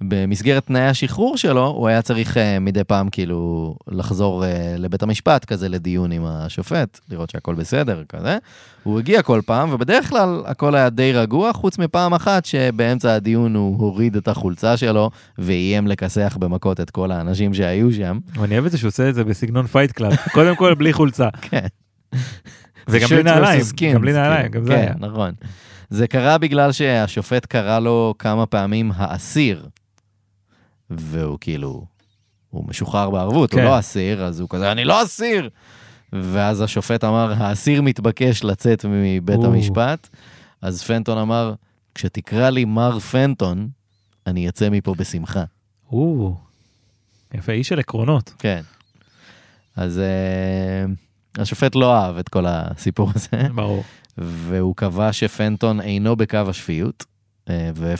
[SPEAKER 2] במסגרת תנאי השחרור שלו, הוא היה צריך אה, מדי פעם כאילו לחזור אה, לבית המשפט, כזה לדיון עם השופט, לראות שהכל בסדר, כזה. הוא הגיע כל פעם, ובדרך כלל הכל היה די רגוע, חוץ מפעם אחת שבאמצע הדיון הוא הוריד את החולצה שלו ואיים לכסח במכות את כל האנשים שהיו שם.
[SPEAKER 1] אני אוהב את זה שהוא עושה את זה בסגנון פייט קלאב. קודם כל בלי חולצה.
[SPEAKER 2] כן.
[SPEAKER 1] וגם בלי נעליים.
[SPEAKER 2] versus skins,
[SPEAKER 1] גם בלי
[SPEAKER 2] כאילו.
[SPEAKER 1] נעליים, גם זה
[SPEAKER 2] כן,
[SPEAKER 1] היה.
[SPEAKER 2] נכון. זה קרה בגלל שהשופט קרא לו כמה פעמים האסיר, והוא כאילו, הוא משוחרר בערבות,
[SPEAKER 1] כן.
[SPEAKER 2] הוא לא אסיר, אז הוא כזה, אני לא אסיר! ואז השופט אמר, האסיר מתבקש לצאת מבית
[SPEAKER 1] או.
[SPEAKER 2] המשפט, אז פנטון אמר, כשתקרא לי מר פנטון, אני אצא מפה בשמחה.
[SPEAKER 1] או, יפה, איש של עקרונות.
[SPEAKER 2] כן. אז אה, השופט לא אהב את כל הסיפור הזה,
[SPEAKER 1] ברור.
[SPEAKER 2] והוא קבע שפנטון אינו בקו השפיות, אה, ו-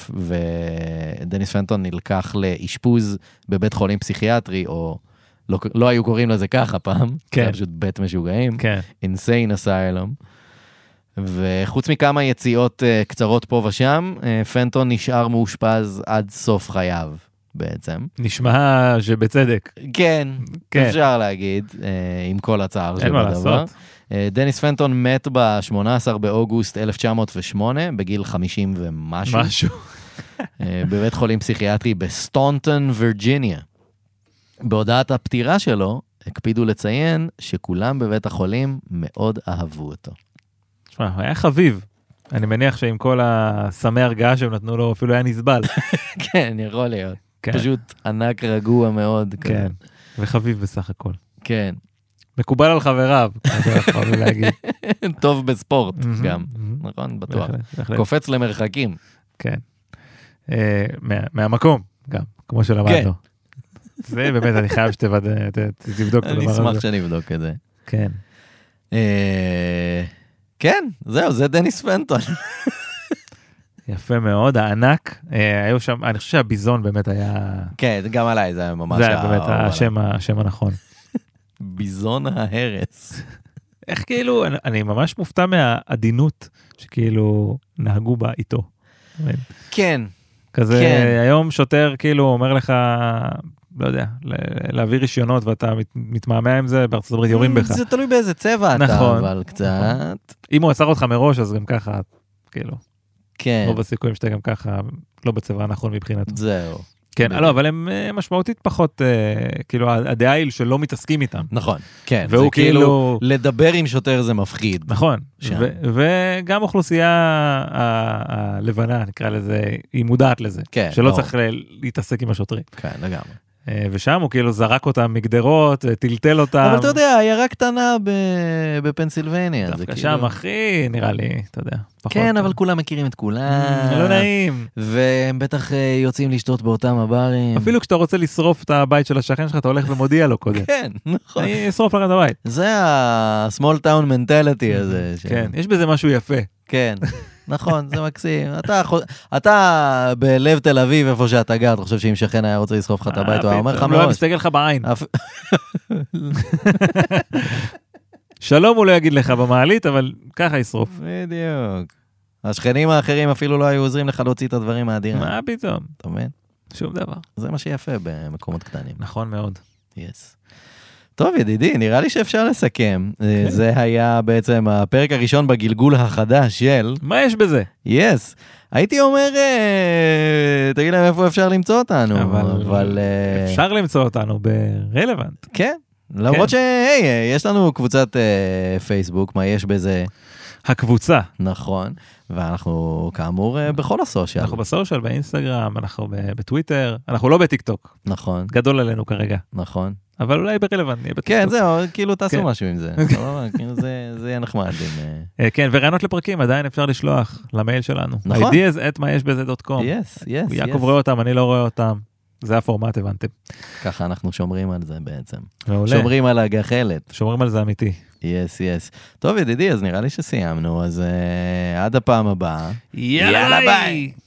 [SPEAKER 2] ודניס פנטון נלקח לאשפוז בבית חולים פסיכיאטרי, או לא, לא היו קוראים לזה ככה פעם,
[SPEAKER 1] כן.
[SPEAKER 2] זה היה פשוט בית משוגעים,
[SPEAKER 1] כן.
[SPEAKER 2] Insane Asylum. וחוץ מכמה יציאות אה, קצרות פה ושם, אה, פנטון נשאר מאושפז עד סוף חייו בעצם.
[SPEAKER 1] נשמע שבצדק.
[SPEAKER 2] כן,
[SPEAKER 1] כן.
[SPEAKER 2] אפשר להגיד, אה, עם כל הצער
[SPEAKER 1] אין מה
[SPEAKER 2] שבדבר.
[SPEAKER 1] לעשות.
[SPEAKER 2] אה, דניס פנטון מת ב-18 באוגוסט 1908, בגיל 50 ומשהו,
[SPEAKER 1] משהו.
[SPEAKER 2] אה, בבית חולים פסיכיאטרי בסטונטון, וירג'יניה. בהודעת הפטירה שלו, הקפידו לציין שכולם בבית החולים מאוד אהבו אותו.
[SPEAKER 1] תשמע, אה, הוא היה חביב. אני מניח שעם כל הסמי הרגעה שהם נתנו לו, אפילו היה נסבל.
[SPEAKER 2] כן, יכול להיות.
[SPEAKER 1] כן,
[SPEAKER 2] פשוט ענק רגוע מאוד. כזה.
[SPEAKER 1] כן. וחביב בסך הכל.
[SPEAKER 2] כן.
[SPEAKER 1] מקובל על חבריו, אז אנחנו יכולים להגיד.
[SPEAKER 2] טוב בספורט
[SPEAKER 1] מהמם,
[SPEAKER 2] גם,
[SPEAKER 1] מהמם.
[SPEAKER 2] נכון? בטוח.
[SPEAKER 1] בהחלט, בהחלט.
[SPEAKER 2] קופץ למרחקים.
[SPEAKER 1] כן. אה, מה- מהמקום גם, כמו
[SPEAKER 2] כן.
[SPEAKER 1] שלמדנו. זה באמת, אני חייב שתוודא, ת- ת- תבדוק את
[SPEAKER 2] אני
[SPEAKER 1] הדבר
[SPEAKER 2] אשמח
[SPEAKER 1] הזה.
[SPEAKER 2] שנבדוק את זה.
[SPEAKER 1] כן.
[SPEAKER 2] אה, כן, זהו, זה דניס פנטון.
[SPEAKER 1] יפה מאוד, הענק. אה, היו שם, אני חושב שהביזון באמת היה...
[SPEAKER 2] כן, זה גם עליי, זה היה ממש...
[SPEAKER 1] זה היה באמת
[SPEAKER 2] האהוב עליי.
[SPEAKER 1] השם, ה- השם הנכון.
[SPEAKER 2] ביזון ההרס.
[SPEAKER 1] איך כאילו, אני- אני ממש מופתע מהעדינות שכאילו נהגו בה איתו.
[SPEAKER 2] כן,
[SPEAKER 1] כזה,
[SPEAKER 2] כן.
[SPEAKER 1] היום שוטר כאילו אומר לך, לא יודע, ל- להביא רישיונות ואתה מת- מתמהמה עם זה, בארצות הברית יורים בך.
[SPEAKER 2] Mm, זה תלוי באיזה צבע אתה,
[SPEAKER 1] נכון,
[SPEAKER 2] אבל קצת...
[SPEAKER 1] אם הוא עצר אותך מראש, אז גם ככה, כאילו,
[SPEAKER 2] כן,
[SPEAKER 1] רוב הסיכויים שאתה גם ככה לא בצבא הנכון מבחינתו.
[SPEAKER 2] זהו.
[SPEAKER 1] כן,
[SPEAKER 2] בדיוק.
[SPEAKER 1] לא, אבל הם אה, משמעותית פחות, אה, כאילו, הדעה היא שלא מתעסקים איתם.
[SPEAKER 2] נכון, כן.
[SPEAKER 1] והוא
[SPEAKER 2] זה
[SPEAKER 1] כאילו-
[SPEAKER 2] לדבר עם שוטר זה מפחיד.
[SPEAKER 1] נכון,
[SPEAKER 2] שם.
[SPEAKER 1] ו- וגם האוכלוסייה ה- הלבנה, נקרא לזה, היא מודעת לזה.
[SPEAKER 2] כן,
[SPEAKER 1] שלא
[SPEAKER 2] ברור.
[SPEAKER 1] צריך ל- להתעסק עם השוטרים.
[SPEAKER 2] כן, לגמרי.
[SPEAKER 1] אה, ושם הוא כאילו זרק אותם מגדרות, אה, טלטל אותם.
[SPEAKER 2] אבל אתה יודע, עיירה קטנה ב- בפנסילבניה. זה
[SPEAKER 1] דווקא
[SPEAKER 2] כאילו-
[SPEAKER 1] שם הכי נראה לי, אתה יודע. פחות- אה.
[SPEAKER 2] כן, אבל כולם מכירים את כולם.
[SPEAKER 1] לא נעים.
[SPEAKER 2] והם בטח אה, יוצאים לשתות באותם הברים.
[SPEAKER 1] אפילו כשאתה רוצה לשרוף את הבית של השכן שלך, אתה הולך ומודיע לו קודם.
[SPEAKER 2] כן, נכון.
[SPEAKER 1] אני אשרוף לך את הבית.
[SPEAKER 2] זה ה-small town mentality הזה. ש-
[SPEAKER 1] כן, יש בזה משהו יפה.
[SPEAKER 2] כן, נכון, זה מקסים. אתה חו- אתה בלב תל אביב, איפה שאתה גר, אתה חושב שאם שכן היה רוצה לסחוב לך את הבית, הוא היה אומר לך
[SPEAKER 1] פתאום, לא היה
[SPEAKER 2] מראש. אה.
[SPEAKER 1] מסתכל לך בעין.
[SPEAKER 2] אפ-
[SPEAKER 1] שלום הוא לא יגיד לך במעלית, אבל ככה ישרוף.
[SPEAKER 2] בדיוק. השכנים האחרים אפילו לא היו עוזרים לך להוציא את הדברים מהדירה,
[SPEAKER 1] מה פתאום?
[SPEAKER 2] אתה מבין?
[SPEAKER 1] שום דבר.
[SPEAKER 2] זה מה שיפה במקומות קטנים.
[SPEAKER 1] נכון מאוד.
[SPEAKER 2] יס. טוב, ידידי, נראה לי שאפשר לסכם. אה,
[SPEAKER 1] כן.
[SPEAKER 2] זה היה בעצם הפרק הראשון בגלגול החדש של...
[SPEAKER 1] מה יש בזה?
[SPEAKER 2] יס. הייתי אומר, אה, תגיד להם איפה אפשר למצוא אותנו,
[SPEAKER 1] אבל-
[SPEAKER 2] אבל אה,
[SPEAKER 1] אפשר למצוא אותנו ברלוונט.
[SPEAKER 2] כן. למרות שהי, אה, יש לנו קבוצת אה, פייסבוק, מה יש בזה,
[SPEAKER 1] הקבוצה,
[SPEAKER 2] נכון, ואנחנו כאמור אה, בכל הסושיאל,
[SPEAKER 1] אנחנו בסושיאל, באינסטגרם, אנחנו ב- בטוויטר, אנחנו לא בטיקטוק,
[SPEAKER 2] נכון,
[SPEAKER 1] גדול עלינו כרגע,
[SPEAKER 2] נכון.
[SPEAKER 1] אבל אולי ברלוונט נהיה
[SPEAKER 2] כן,
[SPEAKER 1] בטיקטוק.
[SPEAKER 2] זהו, כאילו תעשו
[SPEAKER 1] כן.
[SPEAKER 2] משהו עם זה, סבבה? כאילו, זה זה יהיה נחמד אם... אה,
[SPEAKER 1] אה, כן, ורעיונות לפרקים עדיין אפשר לשלוח למייל שלנו.
[SPEAKER 2] נכון.
[SPEAKER 1] ideas at מה יש בזה דוט קום.
[SPEAKER 2] יס, יס,
[SPEAKER 1] יעקב רואה
[SPEAKER 2] יס.
[SPEAKER 1] אותם, אני לא רואה אותם. זה הפורמט, הבנתם.
[SPEAKER 2] ככה אנחנו שומרים על זה בעצם.
[SPEAKER 1] מעולה.
[SPEAKER 2] שומרים על הגחלת.
[SPEAKER 1] שומרים על זה אמיתי.
[SPEAKER 2] יס, יס. טוב, ידידי, אז נראה לי שסיימנו, אז אה, עד הפעם הבאה. יאללה, ביי.